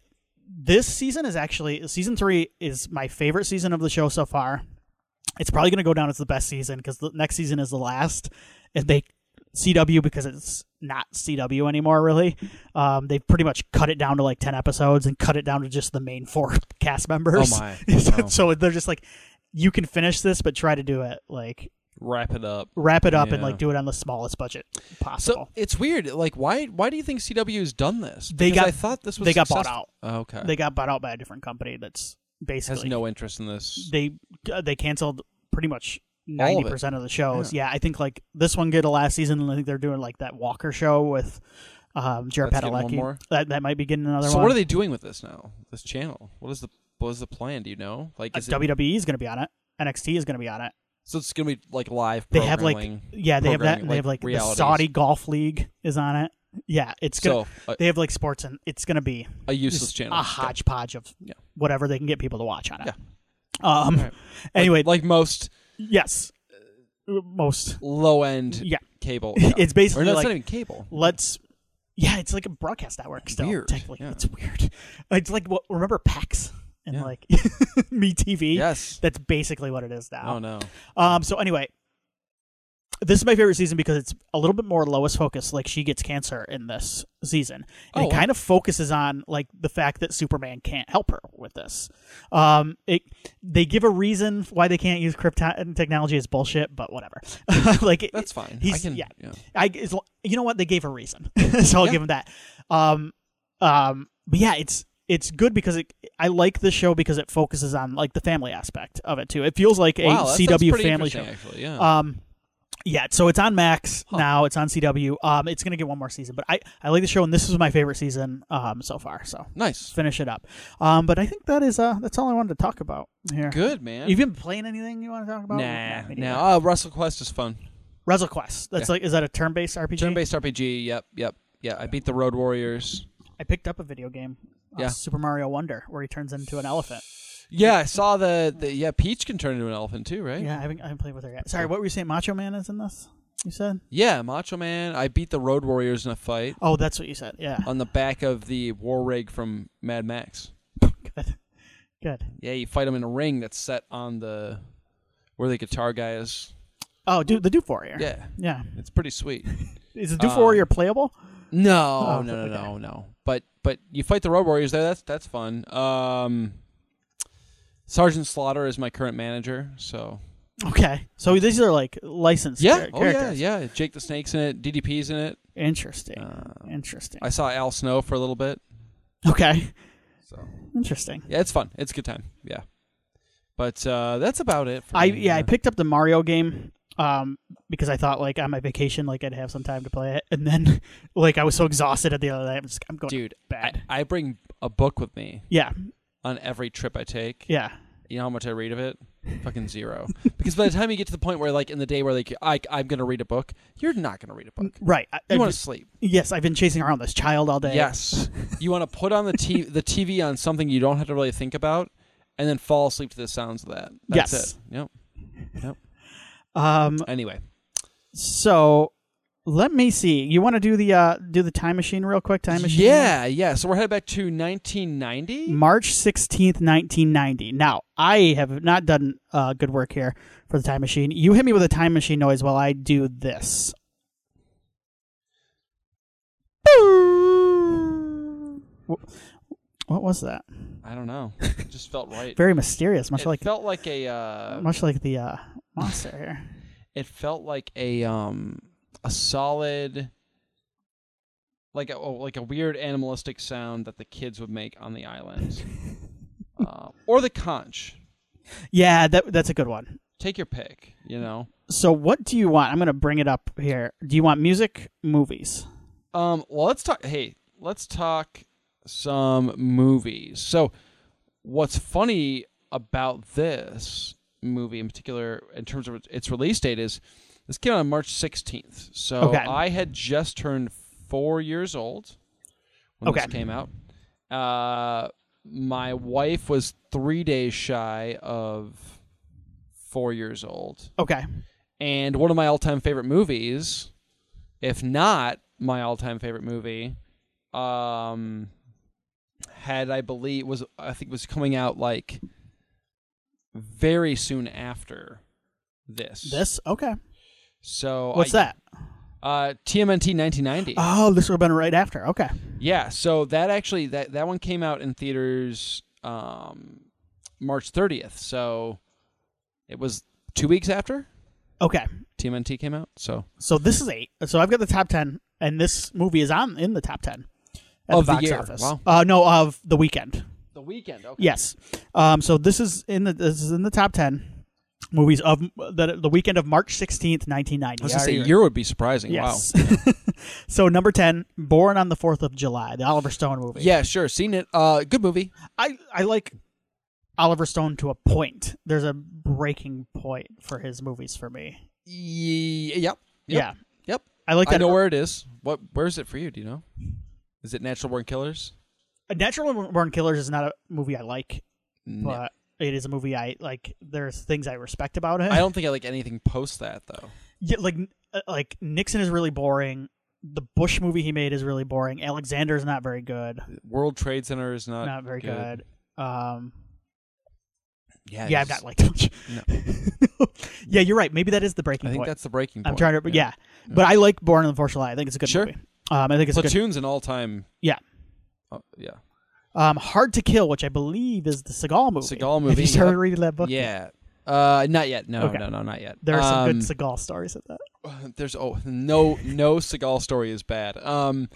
Speaker 1: this season is actually season three is my favorite season of the show so far. It's probably going to go down as the best season because the next season is the last, and they CW because it's not CW anymore. Really, um, they pretty much cut it down to like ten episodes and cut it down to just the main four cast members.
Speaker 2: Oh, my.
Speaker 1: So-
Speaker 2: Wow.
Speaker 1: so they're just like, you can finish this, but try to do it like
Speaker 2: Wrap it up.
Speaker 1: wrap it up and
Speaker 2: Yeah.
Speaker 1: like do it on the smallest budget
Speaker 2: So
Speaker 1: possible.
Speaker 2: it's weird. Like, why? Why do you think CW has done this?
Speaker 1: They
Speaker 2: Because
Speaker 1: got-
Speaker 2: I thought this was
Speaker 1: they got bought
Speaker 2: successful-
Speaker 1: out.
Speaker 2: Oh, okay.
Speaker 1: They got bought out by a different company that's
Speaker 2: has
Speaker 1: basically
Speaker 2: no interest in this.
Speaker 1: they uh, they canceled pretty much
Speaker 2: All
Speaker 1: ninety
Speaker 2: of it.
Speaker 1: percent of the shows. Yeah. I think like this one did a last season, and I think they're doing like that Walker show with um, Jared
Speaker 2: That's getting one
Speaker 1: Padalecki.
Speaker 2: more.
Speaker 1: That that might be getting another
Speaker 2: So
Speaker 1: one.
Speaker 2: what are they doing with this now? This channel? What is the what is the plan? Do you know? Like,
Speaker 1: Uh,
Speaker 2: is it,
Speaker 1: WWE is going to be on it. NXT is going to be on it.
Speaker 2: so it's gonna be like live.
Speaker 1: They have like
Speaker 2: programming,
Speaker 1: yeah, they have that.
Speaker 2: programming,
Speaker 1: and they have like the
Speaker 2: realities.
Speaker 1: Saudi Golf League is on it. Yeah, it's gonna.
Speaker 2: So a,
Speaker 1: they have like sports and it's gonna be
Speaker 2: a useless
Speaker 1: just
Speaker 2: channel.
Speaker 1: a
Speaker 2: Okay.
Speaker 1: hodgepodge of
Speaker 2: Yeah.
Speaker 1: whatever they can get people to watch on it.
Speaker 2: Yeah.
Speaker 1: Um.
Speaker 2: Right.
Speaker 1: Anyway,
Speaker 2: Like, like most
Speaker 1: yes, most.
Speaker 2: low end
Speaker 1: Yeah.
Speaker 2: cable.
Speaker 1: It's basically
Speaker 2: or no,
Speaker 1: like-
Speaker 2: it's not even cable.
Speaker 1: Let's. Yeah, it's like a broadcast network still.
Speaker 2: Weird,
Speaker 1: Technically,
Speaker 2: yeah.
Speaker 1: it's weird. It's like what remember PAX and
Speaker 2: Yeah.
Speaker 1: like Me TV.
Speaker 2: Yes.
Speaker 1: That's basically what it is now.
Speaker 2: Oh no.
Speaker 1: Um. So anyway, this is my favorite season because it's a little bit more Lois focused. Like she gets cancer in this season, and
Speaker 2: Oh,
Speaker 1: it
Speaker 2: wow.
Speaker 1: kind of focuses on like the fact that Superman can't help her with this. Um, it they give a reason why they can't use krypton technology is bullshit, but whatever. like it,
Speaker 2: That's fine. I
Speaker 1: He's
Speaker 2: can.
Speaker 1: yeah.
Speaker 2: yeah.
Speaker 1: I is, you know what they gave a reason, so I'll
Speaker 2: Oh, Yeah.
Speaker 1: give him that. Um, um, but yeah, it's it's good because it, I like this show because it focuses on like the family aspect of it too. It feels like a
Speaker 2: Wow, that sounds
Speaker 1: CW
Speaker 2: pretty
Speaker 1: family
Speaker 2: interesting,
Speaker 1: show.
Speaker 2: Actually, yeah.
Speaker 1: Um, yeah, so it's on Max
Speaker 2: Huh.
Speaker 1: now. It's on CW. Um, it's gonna get one more season, but I I like the show, and this was my favorite season um so far. So
Speaker 2: nice.
Speaker 1: finish it up. Um, but I think that is uh that's all I wanted to talk about here.
Speaker 2: Good man.
Speaker 1: You been playing anything you want to talk about?
Speaker 2: nah.
Speaker 1: me neither.
Speaker 2: Nah. Uh, Russell Quest is fun.
Speaker 1: Wrestle Quest. That's like is that a turn based RPG?
Speaker 2: Turn-based RPG. Yep. Yep. Yeah. I beat the Road Warriors.
Speaker 1: I picked up a video game. Uh,
Speaker 2: Yeah.
Speaker 1: Super Mario Wonder, where he turns into an elephant.
Speaker 2: Yeah, I saw the, the yeah Peach can turn into an elephant too, right?
Speaker 1: Yeah, I haven't, I haven't played with her yet. Sorry, what were you saying? Macho Man is in this? You said?
Speaker 2: Yeah, Macho Man. I beat the Road Warriors in a fight
Speaker 1: Oh, that's what you said. Yeah.
Speaker 2: on the back of the war rig from Mad Max.
Speaker 1: Good. Good.
Speaker 2: Yeah, you fight them in a ring that's set on the where the guitar guy is.
Speaker 1: Oh, dude, the Doof Warrior.
Speaker 2: Yeah,
Speaker 1: Yeah.
Speaker 2: it's pretty sweet.
Speaker 1: Is the Doof
Speaker 2: Um,
Speaker 1: Warrior playable?
Speaker 2: No,
Speaker 1: Oh,
Speaker 2: no, no,
Speaker 1: okay.
Speaker 2: no, no. But but you fight the Road Warriors there. That's that's fun. Um, Sergeant Slaughter is my current manager, so
Speaker 1: Okay. So these are like licensed
Speaker 2: yeah,
Speaker 1: char-
Speaker 2: oh yeah,
Speaker 1: characters.
Speaker 2: yeah. Jake the Snake's in it. DDP's in it.
Speaker 1: Interesting.
Speaker 2: Uh,
Speaker 1: Interesting.
Speaker 2: I saw Al Snow for a little bit.
Speaker 1: Okay.
Speaker 2: So
Speaker 1: Interesting.
Speaker 2: yeah, it's fun. It's a good time. Yeah, but uh, that's about it. For
Speaker 1: I
Speaker 2: me,
Speaker 1: yeah, I picked up the Mario game um because I thought like on my vacation like I'd have some time to play it and then like I was so exhausted at the other day I'm just I'm going
Speaker 2: dude.
Speaker 1: bad.
Speaker 2: I, I bring a book with me
Speaker 1: yeah.
Speaker 2: on every trip I take.
Speaker 1: Yeah.
Speaker 2: You know how much I read of it? Fucking zero. because by the time you get to the point where, like, in the day where, like, I, I'm gonna read a book, you're not gonna read a book.
Speaker 1: Mm, Right. I,
Speaker 2: You
Speaker 1: I
Speaker 2: want to
Speaker 1: just-
Speaker 2: sleep.
Speaker 1: yes, I've been chasing around this child all day.
Speaker 2: Yes. you want to put on the t- the TV on something you don't have to really think about, and then fall asleep to the sounds of that. That's
Speaker 1: Yes.
Speaker 2: it. Yep.
Speaker 1: Um
Speaker 2: Anyway,
Speaker 1: so let me see. You want to do the uh do the time machine real quick? Time machine.
Speaker 2: yeah, yeah. So we're headed back to 1990.
Speaker 1: March 16th, 1990. Now, I have not done uh, good work here for the time machine. You hit me with a time machine noise while I do this. Wh- What was that?
Speaker 2: I don't know. It just felt right.
Speaker 1: Very mysterious, much
Speaker 2: it
Speaker 1: like
Speaker 2: felt like a. Uh,
Speaker 1: much like the uh, monster here.
Speaker 2: it felt like a um a solid like a oh, like a weird animalistic sound that the kids would make on the island uh, or the conch
Speaker 1: Yeah, that that's a good one.
Speaker 2: take your pick you know
Speaker 1: So, what do you want? I'm going to bring it up here. Do you want music, movies?
Speaker 2: um well let's talk hey let's talk some movies so what's funny about this movie in particular in terms of its release date is this came out on march 16th so
Speaker 1: Okay.
Speaker 2: i had just turned four years old when
Speaker 1: Okay.
Speaker 2: this came out uh, my wife was three days shy of four years old.
Speaker 1: Okay.
Speaker 2: And one of my all time favorite movies, if not my all time favorite movie, um, had I believe was I think was coming out like very soon after this.
Speaker 1: This? Okay.
Speaker 2: So
Speaker 1: What's
Speaker 2: I-
Speaker 1: that?
Speaker 2: Uh, TMNT 1990.
Speaker 1: Oh, this would have been right after. Okay.
Speaker 2: Yeah, so that actually that that one came out in theaters um March 30th. So it was 2 weeks after
Speaker 1: Okay.
Speaker 2: TMNT came out. So
Speaker 1: So this is eight. So I've got the top ten, and this movie is on in the top ten at
Speaker 2: Of
Speaker 1: the
Speaker 2: the
Speaker 1: box
Speaker 2: year.
Speaker 1: office.
Speaker 2: Wow.
Speaker 1: Uh, no, of the weekend.
Speaker 2: the weekend, okay.
Speaker 1: Yes. Um, so this is in the this is in the top ten movies of the the weekend of March sixteenth, nineteen ninety.
Speaker 2: I was going to say year would be surprising.
Speaker 1: Yes.
Speaker 2: Wow.
Speaker 1: so number ten, Born on the Fourth of July, the Oliver Stone movie.
Speaker 2: Yeah, sure. Seen it. Uh good movie.
Speaker 1: I I like Oliver Stone to a point. There's a breaking point for his movies for me.
Speaker 2: Ye- yep.
Speaker 1: Yeah.
Speaker 2: Yep.
Speaker 1: I like
Speaker 2: I
Speaker 1: that.
Speaker 2: know where it is. What where is it for you, do you know? Is it Natural Born Killers?
Speaker 1: Natural Born Killers is not a movie I like,
Speaker 2: No.
Speaker 1: but it is a movie I like. There's things I respect about it.
Speaker 2: I don't think I like anything post that though.
Speaker 1: yeah, like uh, like Nixon is really boring. The Bush movie he made is really boring. Alexander's not very good.
Speaker 2: World Trade Center is not
Speaker 1: not very good. Um,
Speaker 2: Yeah,
Speaker 1: yeah,
Speaker 2: it's-
Speaker 1: I've not liked much. yeah, you're right. Maybe that is the breaking
Speaker 2: I think
Speaker 1: point.
Speaker 2: that's the breaking point.
Speaker 1: I'm trying to, yeah. But I like Born on the Fourth of July. I think it's a good
Speaker 2: Sure.
Speaker 1: movie. Um, I think it's a good.
Speaker 2: Platoon's an all-time.
Speaker 1: Yeah.
Speaker 2: Oh, yeah.
Speaker 1: Um, Hard to Kill, which I believe is the Seagal movie.
Speaker 2: Seagal
Speaker 1: Have
Speaker 2: movie,
Speaker 1: you started
Speaker 2: yep.
Speaker 1: reading that book?
Speaker 2: Yeah. Uh, not yet. No,
Speaker 1: Okay.
Speaker 2: no, no, not yet.
Speaker 1: There are some
Speaker 2: Um,
Speaker 1: good Seagal stories in that.
Speaker 2: There's oh no no Seagal story is bad. Um,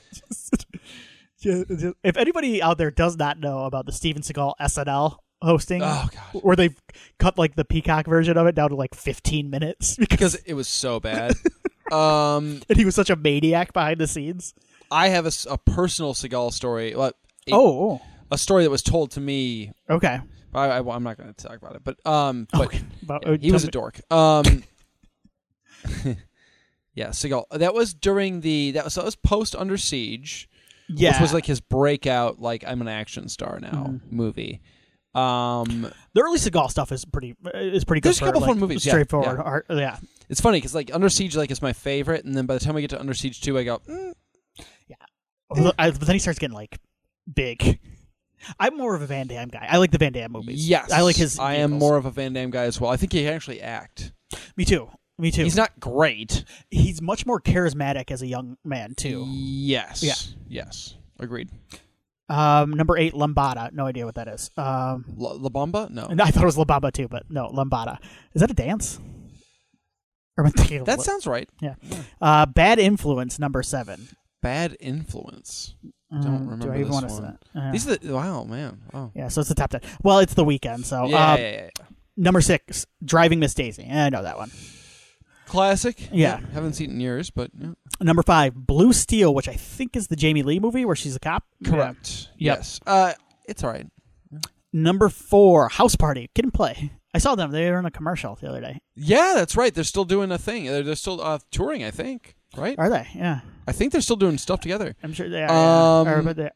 Speaker 1: Ju- ju- If anybody out there does not know about the Steven Seagal SNL hosting,
Speaker 2: oh god,
Speaker 1: where they've cut like the Peacock version of it down to like 15 minutes because
Speaker 2: because it was so bad. um,
Speaker 1: and he was such a maniac behind the scenes.
Speaker 2: I have a, s- a personal Seagal story. Well, a,
Speaker 1: Oh,
Speaker 2: a story that was told to me.
Speaker 1: okay.
Speaker 2: I, I, am not going to talk about it, but um, but
Speaker 1: okay. But,
Speaker 2: Yeah,
Speaker 1: uh,
Speaker 2: he was
Speaker 1: tell
Speaker 2: a dork. Um, yeah, Seagal. That was during the that was, that was post Under Siege,
Speaker 1: me- yeah. Mm-hmm.
Speaker 2: which was like his breakout, like I'm an action star now movie. Um,
Speaker 1: the early Seagal stuff is pretty is pretty good.
Speaker 2: There's a
Speaker 1: for,
Speaker 2: couple
Speaker 1: like,
Speaker 2: fun movies, yeah,
Speaker 1: straightforward.
Speaker 2: yeah.
Speaker 1: art- Yeah, yeah.
Speaker 2: it's funny because like Under Siege like is my favorite, and then by the time we get to Under Siege two, I go mm,
Speaker 1: Although- I- But then he starts getting like big. I'm more of a Van Damme guy. I like the Van Damme movies.
Speaker 2: yes,
Speaker 1: I like his.
Speaker 2: I am
Speaker 1: vehicles.
Speaker 2: more of a Van Damme guy as well. I think he can actually act.
Speaker 1: Me too. Me too.
Speaker 2: He's not great.
Speaker 1: He's much more charismatic as a young man too.
Speaker 2: Yes.
Speaker 1: Yeah.
Speaker 2: Yes. Agreed.
Speaker 1: Um, number eight, Lombada. No idea what that is. Um,
Speaker 2: La, La Bamba? No.
Speaker 1: and I thought it was La Bamba too, but no, Lombada. Is that a dance? Or am I thinking of
Speaker 2: That
Speaker 1: what-
Speaker 2: sounds right.
Speaker 1: yeah. Uh, bad influence number seven.
Speaker 2: Bad influence. Don't
Speaker 1: Um,
Speaker 2: remember
Speaker 1: Do I even
Speaker 2: this
Speaker 1: want to
Speaker 2: one.
Speaker 1: say that? Yeah.
Speaker 2: These are the wow, man. Oh.
Speaker 1: yeah, so it's the top ten. Well, it's the weekend, so
Speaker 2: Yeah,
Speaker 1: um,
Speaker 2: yeah, yeah, yeah.
Speaker 1: number six, driving Miss Daisy. Eh, I know that one.
Speaker 2: Classic.
Speaker 1: Yeah.
Speaker 2: Haven't seen it in years, but yeah.
Speaker 1: Number five, Blue Steel, which I think is the Jamie Lee movie where she's a cop.
Speaker 2: correct.
Speaker 1: Yep.
Speaker 2: Yes. Uh it's all right.
Speaker 1: Yeah. Number four, House Party. Get in play. I saw them. They were in a commercial the other day.
Speaker 2: Yeah, that's right. They're still doing a thing. They're, they're still uh, touring, I think. Right?
Speaker 1: Are they? Yeah.
Speaker 2: I think they're still doing stuff together.
Speaker 1: I'm sure they are. yeah.
Speaker 2: Um,
Speaker 1: Or, but they-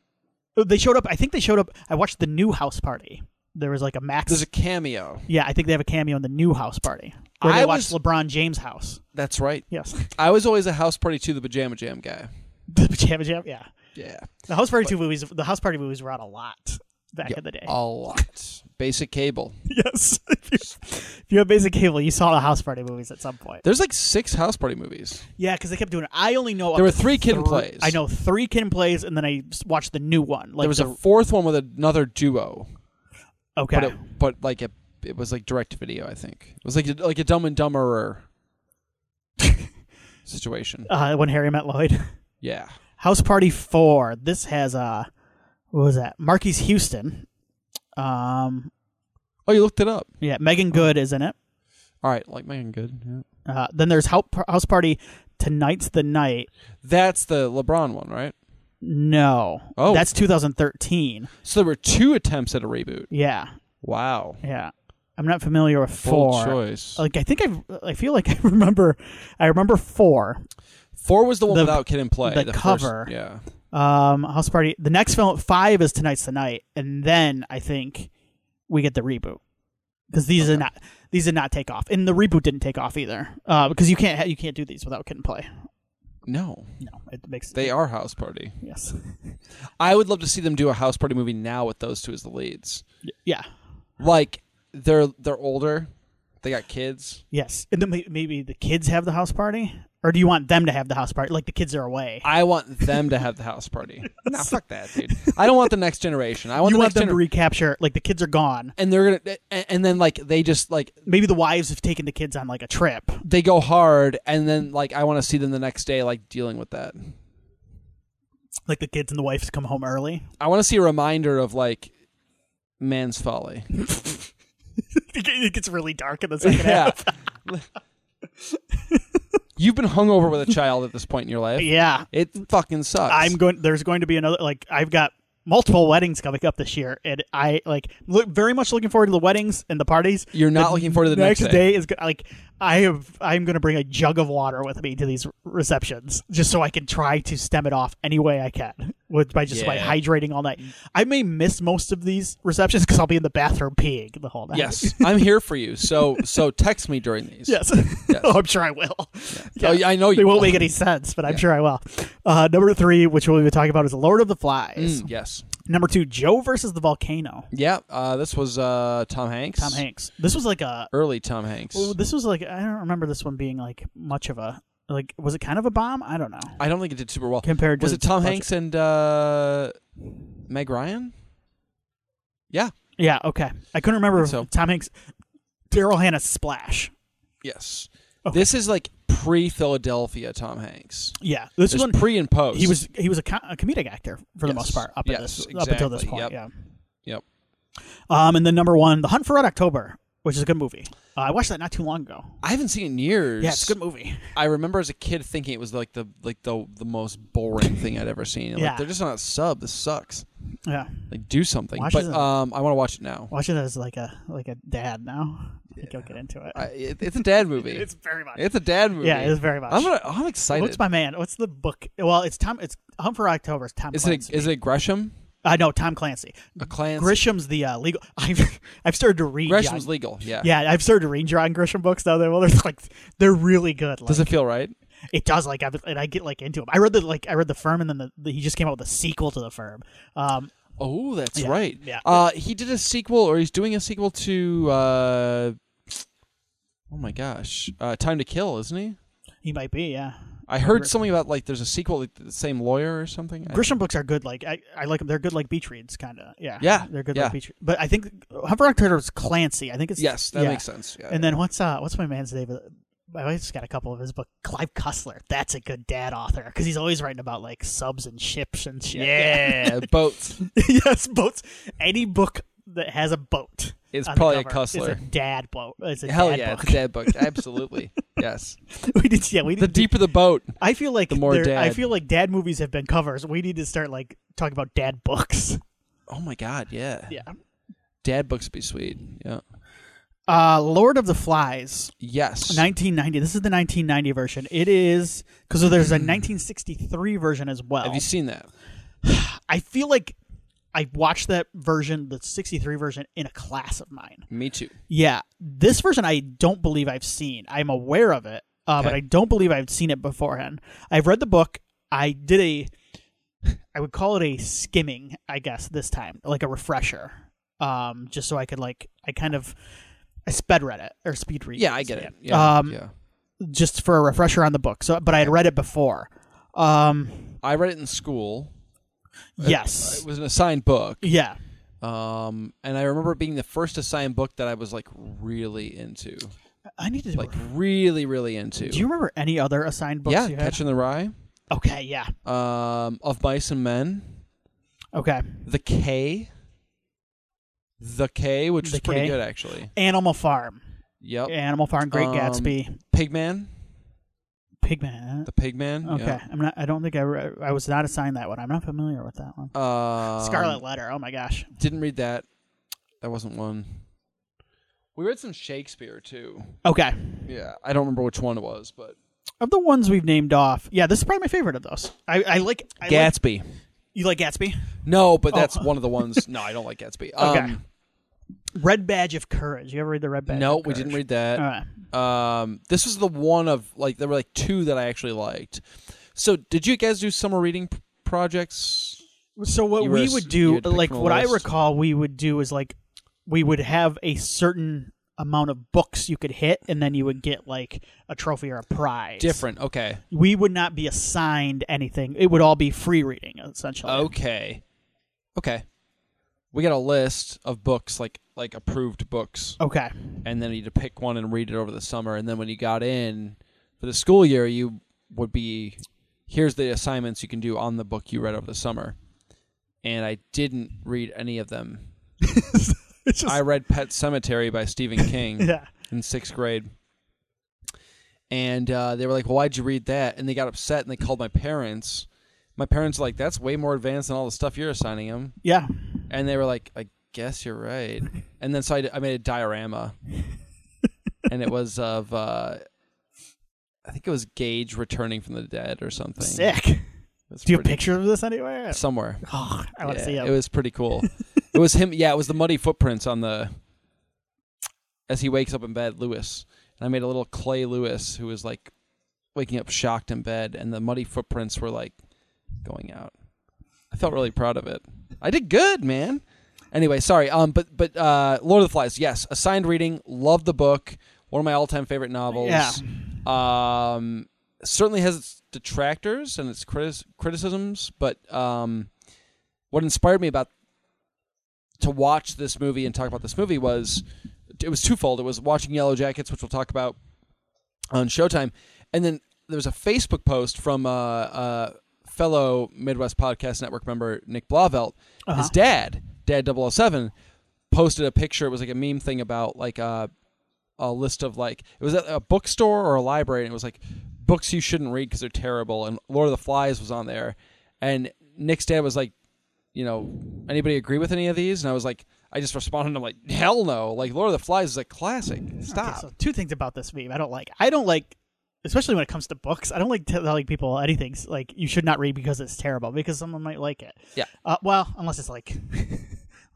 Speaker 1: oh, they showed up. I think they showed up. I watched the new house party. There was like a Max.
Speaker 2: There's a cameo.
Speaker 1: yeah, I think they have a cameo in the new house party. Where they
Speaker 2: I
Speaker 1: watched
Speaker 2: was-
Speaker 1: LeBron James' house.
Speaker 2: That's right.
Speaker 1: Yes.
Speaker 2: I was always a house party to the pajama jam guy.
Speaker 1: the pajama jam. Yeah.
Speaker 2: Yeah.
Speaker 1: The house party two movies. The house party movies were out a lot back in the day.
Speaker 2: A lot. Basic cable.
Speaker 1: yes. if, you, if you have basic cable, you saw the house party movies at some point.
Speaker 2: There's like six house party movies.
Speaker 1: Yeah, because they kept doing it. I only know
Speaker 2: There were three kid and plays.
Speaker 1: I know three kid and plays, and then I s- watched the new one. Like
Speaker 2: There was
Speaker 1: the,
Speaker 2: a fourth one with another duo.
Speaker 1: okay.
Speaker 2: But it, but like it, it was like direct to video. I think it was like a, like a Dumb and Dumberer situation.
Speaker 1: uh, when Harry met Lloyd.
Speaker 2: Yeah,
Speaker 1: House Party Four. This has uh what was that? Marquise Houston. Um
Speaker 2: Oh, you looked it up.
Speaker 1: yeah, Megan Good is in it.
Speaker 2: All right, like Megan Good. Yeah.
Speaker 1: Uh, then there's Hou- House Party Tonight's the Night.
Speaker 2: That's the LeBron one, right?
Speaker 1: No.
Speaker 2: Oh.
Speaker 1: That's 2013.
Speaker 2: So there were two attempts at a reboot.
Speaker 1: Yeah.
Speaker 2: Wow,
Speaker 1: Yeah. I'm not familiar with
Speaker 2: full
Speaker 1: 4.
Speaker 2: choice.
Speaker 1: Like I think I I feel like I remember I remember 4.
Speaker 2: Four was the one
Speaker 1: the-
Speaker 2: without Kid and Play.
Speaker 1: the
Speaker 2: first-
Speaker 1: cover.
Speaker 2: yeah,
Speaker 1: Um House Party the next film 5 is Tonight's the Night and then I think we get the reboot. because these did not these did not take off, and the reboot didn't take off either. Uh, because you can't ha- you can't do these without kid and play.
Speaker 2: No,
Speaker 1: No, it makes
Speaker 2: they are House Party.
Speaker 1: yes,
Speaker 2: I would love to see them do a House Party movie now with those two as the leads.
Speaker 1: yeah,
Speaker 2: Like they're they're older, they got kids.
Speaker 1: yes. And then may- maybe the kids have the house party, or do you want them to have the house party? Like the kids are away.
Speaker 2: I want them to have the house party. nah, fuck that, dude. I don't want the next generation. I want
Speaker 1: you
Speaker 2: the
Speaker 1: want
Speaker 2: next
Speaker 1: them to
Speaker 2: generation.
Speaker 1: recapture. Like the kids are gone.
Speaker 2: and they're gonna and, and then like they just like
Speaker 1: Maybe the wives have taken the kids on like a trip.
Speaker 2: they go hard and then like I want to see them the next day like dealing with that.
Speaker 1: Like the kids and the wives come home early.
Speaker 2: I want to see a reminder of like man's folly.
Speaker 1: it gets really dark in the second half.
Speaker 2: Yeah. You've been hungover with a child at this point in your life.
Speaker 1: Yeah,
Speaker 2: It fucking sucks.
Speaker 1: I'm going. There's going to be another. Like I've got multiple weddings coming up this year, and I like look very much looking forward to the weddings and the parties.
Speaker 2: You're not looking forward to the next,
Speaker 1: day. is go- like I have. I'm going to bring a jug of water with me to these receptions, just so I can try to stem it off any way I can with by just by
Speaker 2: Yeah.
Speaker 1: hydrating all night. I may miss most of these receptions because I'll be in the bathroom peeing the whole night.
Speaker 2: Yes, I'm here for you. So so text me during these.
Speaker 1: Yes. oh, I'm sure I will.
Speaker 2: Oh, yeah, I know
Speaker 1: They
Speaker 2: you
Speaker 1: won't
Speaker 2: will.
Speaker 1: make any sense, but I'm sure I will. Uh, number three, which we'll be talking about, is Lord of the Flies.
Speaker 2: Mm, yes.
Speaker 1: Number two, Joe versus the Volcano.
Speaker 2: Yeah. Uh, this was uh, Tom Hanks.
Speaker 1: Tom Hanks. This was like a.
Speaker 2: Early Tom Hanks.
Speaker 1: oh, This was like I don't remember this one being like much of a like. Was it kind of a bomb? I don't know.
Speaker 2: I don't think it did super well.
Speaker 1: Compared to
Speaker 2: was it Tom
Speaker 1: budget.
Speaker 2: Hanks and uh, Meg Ryan? Yeah.
Speaker 1: Yeah. Okay. I couldn't remember.
Speaker 2: so.
Speaker 1: Tom Hanks. Daryl Hannah splash.
Speaker 2: Yes.
Speaker 1: Okay.
Speaker 2: This is like pre-Philadelphia Tom Hanks.
Speaker 1: Yeah. This,
Speaker 2: This is
Speaker 1: one.
Speaker 2: pre and post.
Speaker 1: He was he was a, co- a comedic actor for the
Speaker 2: Yes.
Speaker 1: most part up at
Speaker 2: Yes,
Speaker 1: this up until this
Speaker 2: exactly.
Speaker 1: point.
Speaker 2: Yep.
Speaker 1: Yeah.
Speaker 2: Yep.
Speaker 1: Um, and then number one, The Hunt for Red October, which is a good movie. Uh, I watched that not too long ago.
Speaker 2: I haven't seen it in years.
Speaker 1: Yeah, it's a good movie.
Speaker 2: I remember as a kid thinking it was like the like the the most boring thing I'd ever seen. Like,
Speaker 1: Yeah.
Speaker 2: they're just not sub. This sucks.
Speaker 1: Yeah,
Speaker 2: Like do something.
Speaker 1: Watch
Speaker 2: but
Speaker 1: it.
Speaker 2: um, I want to watch it now.
Speaker 1: watch it as like a like a dad now. I think you'll get into it.
Speaker 2: I, it, it's a dad movie.
Speaker 1: It's very much.
Speaker 2: It's a dad movie.
Speaker 1: yeah, it's very much.
Speaker 2: I'm gonna, I'm excited.
Speaker 1: What's my man? What's the book? Well, it's Tom. It's Hunt for October. It's Tom.
Speaker 2: is it
Speaker 1: Clancy.
Speaker 2: is it Gresham?
Speaker 1: I know Tom Clancy.
Speaker 2: A Clancy?
Speaker 1: Grisham's the uh, legal. I've I've started to read.
Speaker 2: Gresham's
Speaker 1: John,
Speaker 2: legal. Yeah.
Speaker 1: yeah, I've started to read John Grisham books now. They're well, they're like they're really good. Like,
Speaker 2: Does it feel right?
Speaker 1: It does like, I've, and I get like into him. I read the like, I read the firm, and then the, the- he just came out with a sequel to the firm. Um,
Speaker 2: Oh, that's
Speaker 1: Yeah,
Speaker 2: right.
Speaker 1: yeah.
Speaker 2: Uh, he did a sequel, or he's doing a sequel to. Uh, oh my gosh, uh, Time to Kill, isn't he?
Speaker 1: he might be, yeah.
Speaker 2: I heard something about like there's a sequel, like the same lawyer or something. I-
Speaker 1: Grisham books are good. Like I, I like them. They're good, like beach reads, kind of. Yeah,
Speaker 2: Yeah,
Speaker 1: They're good,
Speaker 2: yeah.
Speaker 1: like beach. Reads. But I think Humber October is Clancy. I think it's
Speaker 2: yes, that
Speaker 1: yeah.
Speaker 2: makes sense. Yeah,
Speaker 1: And then what's uh, what's my man's name? I just got a couple of his book. Clive Cussler. That's a good dad author because he's always writing about like subs and ships and shit.
Speaker 2: yeah, boats
Speaker 1: yes, boats. Any book that has a boat.
Speaker 2: is
Speaker 1: on the
Speaker 2: probably a
Speaker 1: cover is
Speaker 2: Cussler.
Speaker 1: dad boat. It's a
Speaker 2: Hell
Speaker 1: dad
Speaker 2: yeah,
Speaker 1: book.
Speaker 2: it's a dad book. Absolutely, yes.
Speaker 1: we need, yeah, we need
Speaker 2: The
Speaker 1: to-
Speaker 2: deeper the boat,
Speaker 1: I feel like
Speaker 2: the more
Speaker 1: there- I
Speaker 2: dad.
Speaker 1: feel like dad movies have been covers. We need to start like talking about dad books.
Speaker 2: oh my god, yeah.
Speaker 1: Yeah.
Speaker 2: Dad books would be sweet. Yeah.
Speaker 1: Uh, Lord of the Flies,
Speaker 2: Yes.
Speaker 1: 1990. This is the 1990 version. It is because there's a 1963 version as well.
Speaker 2: Hmm. Have you seen that?
Speaker 1: I feel like I watched that version, the 63 version, in a class of mine.
Speaker 2: Me too.
Speaker 1: Yeah, this version I don't believe I've seen. I'm aware of it, uh, but
Speaker 2: Okay.
Speaker 1: I don't believe I've seen it beforehand. I've read the book. I did a, I would call it a skimming, I guess, this time, like a refresher, um, just so I could like I kind of, I sped read it or speed read.
Speaker 2: Yeah, I get it. Yeah,
Speaker 1: Um,
Speaker 2: yeah.
Speaker 1: Just for a refresher on the book. So, but I had read it before. Um,
Speaker 2: I read it in school.
Speaker 1: yes.
Speaker 2: It was an assigned book.
Speaker 1: yeah.
Speaker 2: Um, and I remember it being the first assigned book that I was like really into,
Speaker 1: I need to.
Speaker 2: like really, really into.
Speaker 1: do you remember any other assigned books?
Speaker 2: yeah,
Speaker 1: you had?
Speaker 2: Catching the Rye,
Speaker 1: Okay. Yeah.
Speaker 2: um, Of Mice and Men,
Speaker 1: Okay.
Speaker 2: The K, The K, which
Speaker 1: The
Speaker 2: was pretty
Speaker 1: K.
Speaker 2: good actually.
Speaker 1: Animal Farm.
Speaker 2: Yep,
Speaker 1: Animal Farm. Great
Speaker 2: Um,
Speaker 1: Gatsby.
Speaker 2: Pigman,
Speaker 1: Pigman.
Speaker 2: The Pigman.
Speaker 1: Okay,
Speaker 2: yeah.
Speaker 1: I'm not. I don't think I. Re- I was not assigned that one. I'm not familiar with that one.
Speaker 2: Um,
Speaker 1: Scarlet Letter. Oh my gosh.
Speaker 2: Didn't read that. That wasn't one. We read some Shakespeare too.
Speaker 1: Okay,
Speaker 2: Yeah, I don't remember which one it was, but
Speaker 1: of the ones we've named off, yeah, this is probably my favorite of those. I, I like. I like-
Speaker 2: Gatsby.
Speaker 1: you like Gatsby?
Speaker 2: No, but that's
Speaker 1: Oh.
Speaker 2: one of the ones. No, I don't like Gatsby. Um,
Speaker 1: Okay. Red Badge of Courage. You ever read the Red Badge?
Speaker 2: no,
Speaker 1: of
Speaker 2: we didn't
Speaker 1: Courage?
Speaker 2: read that.
Speaker 1: All right.
Speaker 2: Um, this was the one of like there were like two that I actually liked. So, did you guys do summer reading p- projects?
Speaker 1: So what
Speaker 2: You were
Speaker 1: we
Speaker 2: s-
Speaker 1: would
Speaker 2: you
Speaker 1: do,
Speaker 2: would pick
Speaker 1: like
Speaker 2: from a
Speaker 1: what I
Speaker 2: list.
Speaker 1: recall, we would do is like we would have a certain amount of books you could hit, and then you would get like a trophy or a prize.
Speaker 2: Different. Okay.
Speaker 1: We would not be assigned anything. It would all be free reading essentially.
Speaker 2: Okay. Okay. We got a list of books like like approved books
Speaker 1: Okay.
Speaker 2: and then you would pick one and read it over the summer and then when you got in for the school year you would be here's the assignments you can do on the book you read over the summer. And I didn't read any of them.
Speaker 1: It's just,
Speaker 2: I read Pet Cemetery by Stephen King.
Speaker 1: yeah.
Speaker 2: in sixth grade. And uh, they were like, well, why'd you read that? And they got upset and they called my parents. My parents were like, that's way more advanced than all the stuff you're assigning them.
Speaker 1: Yeah.
Speaker 2: And they were like, I guess you're right. And then so I, d- I made a diorama. and it was of, uh, I think it was Gage returning from the dead or something.
Speaker 1: Sick.
Speaker 2: It's
Speaker 1: Do you have
Speaker 2: pretty-
Speaker 1: pictures of this anywhere?
Speaker 2: Somewhere.
Speaker 1: Oh, I want to
Speaker 2: Yeah,
Speaker 1: see it.
Speaker 2: It was pretty cool. it was him. Yeah, it was the muddy footprints on the as he wakes up in bed, Lewis. And I made a little clay Lewis who was like waking up shocked in bed, and the muddy footprints were like going out. I felt really proud of it. I did good, man. Anyway, sorry. Um, but but uh, Lord of the Flies, yes, assigned reading. Love the book. One of my all-time favorite novels.
Speaker 1: Yeah.
Speaker 2: Um, certainly has its detractors and its critis- criticisms, but um, what inspired me about to watch this movie and talk about this movie was it was twofold. It was watching Yellow Jackets, which we'll talk about on Showtime, and then there was a Facebook post from uh, uh, fellow Midwest Podcast Network member Nick Blavelt.
Speaker 1: Uh-huh.
Speaker 2: His dad, Dad 007, posted a picture. It was like a meme thing about like uh, a, a list of like it was at a bookstore or a library, and it was like books you shouldn't read because they're terrible. And Lord of the Flies was on there, and Nick's dad was like, you know, anybody agree with any of these? And I was like, I just responded, I'm like, hell no! Like Lord of the Flies is a classic. Stop.
Speaker 1: Okay, so two things about this meme I don't like. I don't like, especially when it comes to books. I don't like telling people anything's like you should not read because it's terrible because someone might like it.
Speaker 2: Yeah.
Speaker 1: Uh, well, unless it's like,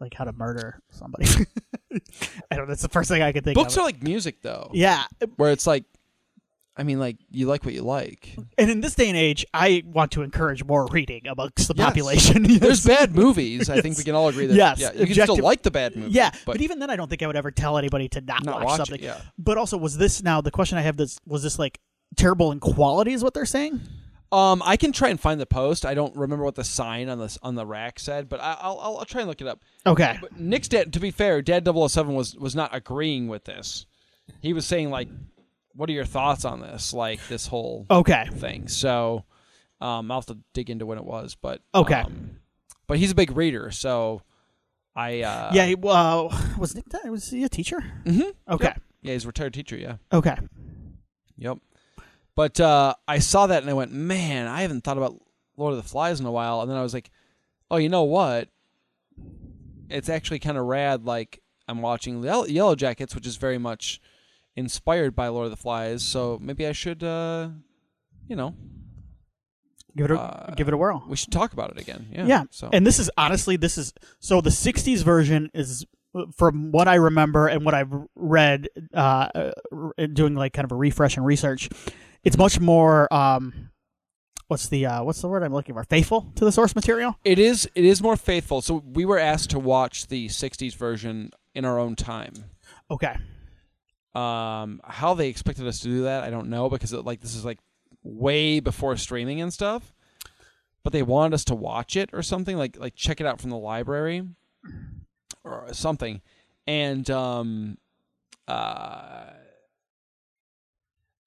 Speaker 1: like how to murder somebody. I don't. That's the first thing I could think.
Speaker 2: Books
Speaker 1: of.
Speaker 2: are like music though,
Speaker 1: yeah,
Speaker 2: where it's like, I mean, like you like what you like.
Speaker 1: and in this day and age, I want to encourage more reading amongst the
Speaker 2: Yes.
Speaker 1: population.
Speaker 2: There's bad movies. I think we can all agree that.
Speaker 1: Yes.
Speaker 2: Yeah, you can
Speaker 1: Objective-
Speaker 2: still like the bad movie.
Speaker 1: yeah,
Speaker 2: but,
Speaker 1: but, even then, I don't think I would ever tell anybody to not,
Speaker 2: Not
Speaker 1: watch,
Speaker 2: watch it,
Speaker 1: something.
Speaker 2: yeah.
Speaker 1: But also, was this now the question I have? This was this like terrible in quality? Is what they're saying?
Speaker 2: um, I can try and find the post. I don't remember what the sign on the on the rack said, but I, I'll, I'll I'll try and look it up.
Speaker 1: Okay.
Speaker 2: But Nick's dad, to be fair, Dad 007 was was not agreeing with this. He was saying like, "What are your thoughts on this? Like this whole
Speaker 1: Okay.
Speaker 2: thing." So, um, I'll have to dig into when it was, but
Speaker 1: Okay.
Speaker 2: um, but he's a big reader, so I uh,
Speaker 1: Yeah, he, well, was Nick Di- was he a teacher?
Speaker 2: mm-hmm.
Speaker 1: Okay,
Speaker 2: yeah, he's a retired teacher. Yeah.
Speaker 1: okay,
Speaker 2: Yep. But uh, I saw that and I went, man, I haven't thought about Lord of the Flies in a while. And then I was like, oh, you know what? It's actually kind of rad. Like I'm watching Yell- Yellow Jackets, which is very much inspired by Lord of the Flies. So maybe I should, uh, you know,
Speaker 1: give it a
Speaker 2: Uh,
Speaker 1: give it a whirl.
Speaker 2: we should talk about it again. Yeah.
Speaker 1: Yeah,
Speaker 2: So
Speaker 1: and this is honestly this is so the '60s version is uh, from what I remember and what I've read, uh, uh, r- doing like kind of a refresh and research. It's much more um, what's the uh, what's the word I'm looking for? Faithful to the source material.
Speaker 2: it is it is more faithful. So we were asked to watch the '60s version in our own time.
Speaker 1: Okay,
Speaker 2: Um, how they expected us to do that, I don't know because it, like this is like way before streaming and stuff. But they wanted us to watch it or something like like check it out from the library or something, and um, uh,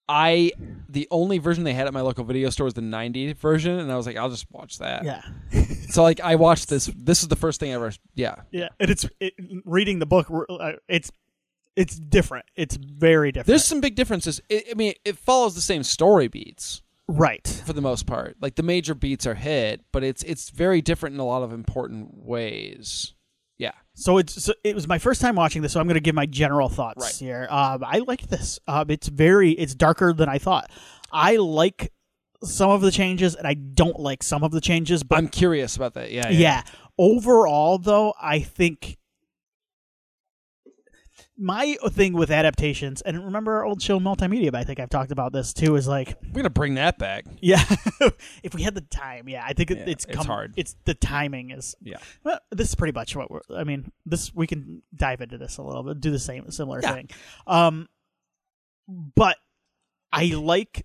Speaker 2: I the only version they had at my local video store was the '90 version, and I was like, I'll just watch that.
Speaker 1: yeah,
Speaker 2: So like I watched this. This is the first thing I ever. Yeah.
Speaker 1: yeah, and it's it, reading the book. uh, It's it's different. It's very different.
Speaker 2: There's some big differences. It, I mean, it follows the same story beats.
Speaker 1: right.
Speaker 2: for the most part. Like the major beats are hit, but it's it's very different in a lot of important ways. Yeah.
Speaker 1: So it's so it was my first time watching this, so I'm going to give my general thoughts
Speaker 2: Right.
Speaker 1: here. Um, I like this. Um, it's very it's darker than I thought. I like some of the changes, and I don't like some of the changes. But
Speaker 2: I'm curious about that. Yeah.
Speaker 1: yeah, overall though, I think my thing with adaptations, and remember our old show Multimedia, but I think I've talked about this too, is like,
Speaker 2: We're gonna bring that back.
Speaker 1: yeah, if we had the time, yeah, I think it,
Speaker 2: Yeah,
Speaker 1: it's
Speaker 2: it's
Speaker 1: come,
Speaker 2: hard.
Speaker 1: It's the timing is.
Speaker 2: Yeah.
Speaker 1: Well, this is pretty much what we're. I mean, this we can dive into this a little bit, do the same similar
Speaker 2: Yeah.
Speaker 1: thing. Um, but I like.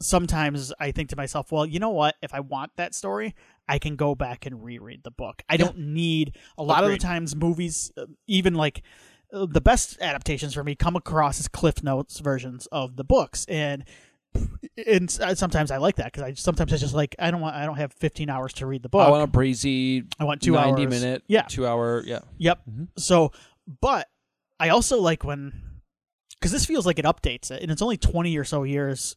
Speaker 1: Sometimes I think to myself, well, you know what? If I want that story, I can go back and reread the book. I don't need a lot of
Speaker 2: Agreed.
Speaker 1: the times movies, uh, even like uh, the best adaptations for me, come across as Cliff Notes versions of the books, and and s- uh, sometimes I like that because I sometimes I just like I don't want I don't have 15 hours to read the book.
Speaker 2: I want a breezy
Speaker 1: I want two
Speaker 2: ninety
Speaker 1: hours.
Speaker 2: minute,
Speaker 1: Yeah.
Speaker 2: two hour, yeah.
Speaker 1: Yep.
Speaker 2: Mhm.
Speaker 1: So, but I also like when because this feels like it updates it, and it's only 20 or so years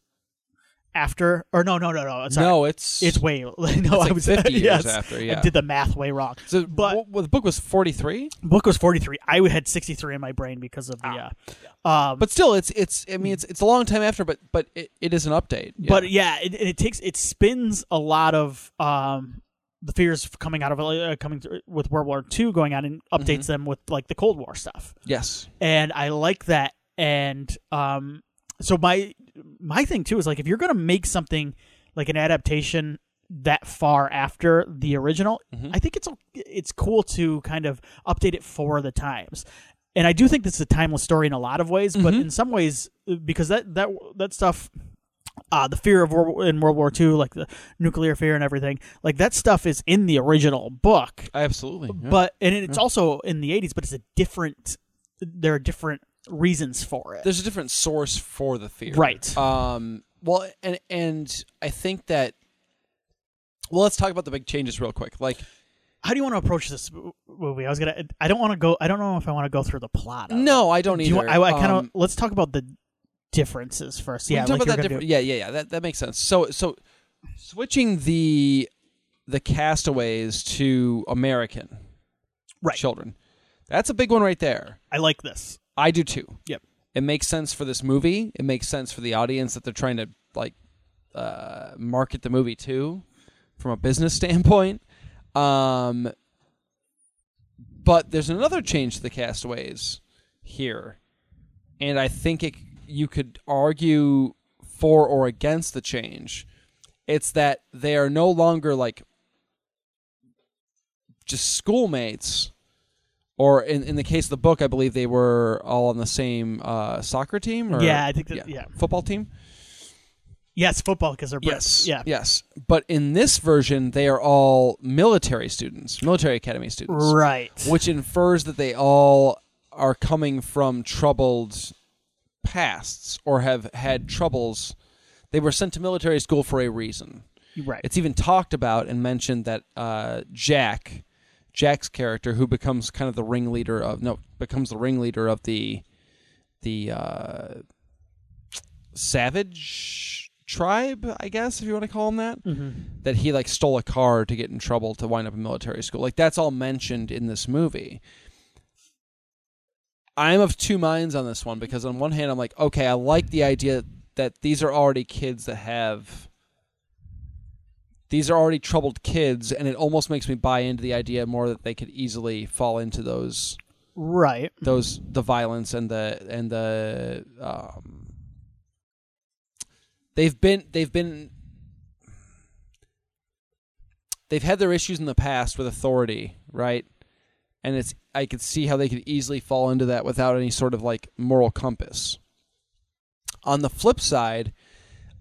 Speaker 1: after. Or no, no, no, no. Sorry.
Speaker 2: No, it's
Speaker 1: it's way. No,
Speaker 2: like
Speaker 1: I was
Speaker 2: 50 years
Speaker 1: yes,
Speaker 2: after, yeah.
Speaker 1: I did the math way wrong.
Speaker 2: so.
Speaker 1: but-
Speaker 2: But well, the book was forty three,
Speaker 1: Book was 43. I had 63 in my brain because of the.
Speaker 2: Ah.
Speaker 1: uh, um,
Speaker 2: but still, it's it's. I mean, it's it's a long time after, but but it, it is an update. Yeah.
Speaker 1: but yeah, it, it takes it spins a lot of um the fears coming out of uh, coming through with World War II going on and updates them with like the Cold War stuff,
Speaker 2: yes,
Speaker 1: and I like that. And um, so my my thing too is like if you're gonna make something like an adaptation that far after the original,
Speaker 2: Mhm.
Speaker 1: I think it's o- it's cool to kind of update it for the times. And I do think this is a timeless story in a lot of ways, but
Speaker 2: Mhm.
Speaker 1: in some ways, because that that that stuff uh, the fear of war in World War II, like the nuclear fear and everything, like that stuff is in the original book.
Speaker 2: absolutely. yeah.
Speaker 1: But and it's also in the '80s, but it's a different. There are different reasons for it.
Speaker 2: there's a different source for the fear,
Speaker 1: Right.
Speaker 2: Um. Well, and and I think that. Well, let's talk about the big changes real quick. Like,
Speaker 1: How do you want to approach this mo- movie? I was gonna. I don't want to go. I don't know if I want to go through the plot. of it.
Speaker 2: no, I don't
Speaker 1: Do
Speaker 2: either.
Speaker 1: you want- I, I kind of
Speaker 2: Um,
Speaker 1: let's talk about the differences first.
Speaker 2: We
Speaker 1: Yeah,
Speaker 2: can talk
Speaker 1: like
Speaker 2: about
Speaker 1: you're gonna
Speaker 2: that different- Yeah, yeah, yeah. That that makes sense. So so switching the the castaways to American
Speaker 1: Right.
Speaker 2: children. That's a big one right there.
Speaker 1: do. I like this.
Speaker 2: I do too.
Speaker 1: Yep.
Speaker 2: It makes sense for this movie. It makes sense for the audience that they're trying to like uh, market the movie to from a business standpoint. Um, but there's another change to the castaways here, and I think it, you could argue for or against the change. It's that they are no longer like just schoolmates, or in, in the case of the book, I believe they were all on the same uh, soccer team. Or,
Speaker 1: Yeah, I think that- yeah.
Speaker 2: football team.
Speaker 1: Yes, football because they're Brits.
Speaker 2: Yes.
Speaker 1: Yeah.
Speaker 2: Yes. But in this version, they are all military students, military academy students,
Speaker 1: Right.
Speaker 2: which infers that they all are coming from troubled pasts or have had troubles. They were sent to military school for a reason.
Speaker 1: right.
Speaker 2: It's even talked about and mentioned that uh, Jack, Jack's character, who becomes kind of the ringleader of no, becomes the ringleader of the the uh, savage tribe, I guess, if you want to call him that. That he like stole a car to get in trouble to wind up in military school. Like that's all mentioned in this movie. I'm of two minds on this one because on one hand I'm like, okay, I like the idea that these are already kids that have these are already troubled kids, and it almost makes me buy into the idea more that they could easily fall into those
Speaker 1: right.
Speaker 2: those the violence and the and the um, they've been they've been they've had their issues in the past with authority, right? And it's I could see how they could easily fall into that without any sort of like moral compass. On the flip side,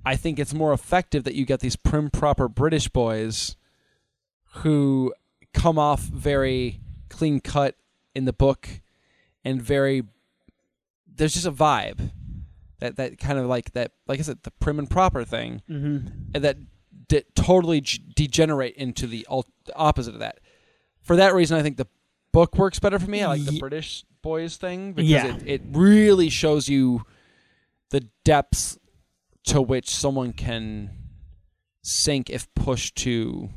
Speaker 2: I think it's more effective that you get these prim proper British boys who come off very clean cut in the book and very there's just a vibe that that kind of like that like I said the prim and proper thing
Speaker 1: Mm-hmm.
Speaker 2: and that de- totally g- degenerate into the ul- opposite of that. For that reason, I think the book works better for me. I like the
Speaker 1: Ye-
Speaker 2: British boys thing because
Speaker 1: Yeah.
Speaker 2: it, it really shows you the depths to which someone can sink if pushed to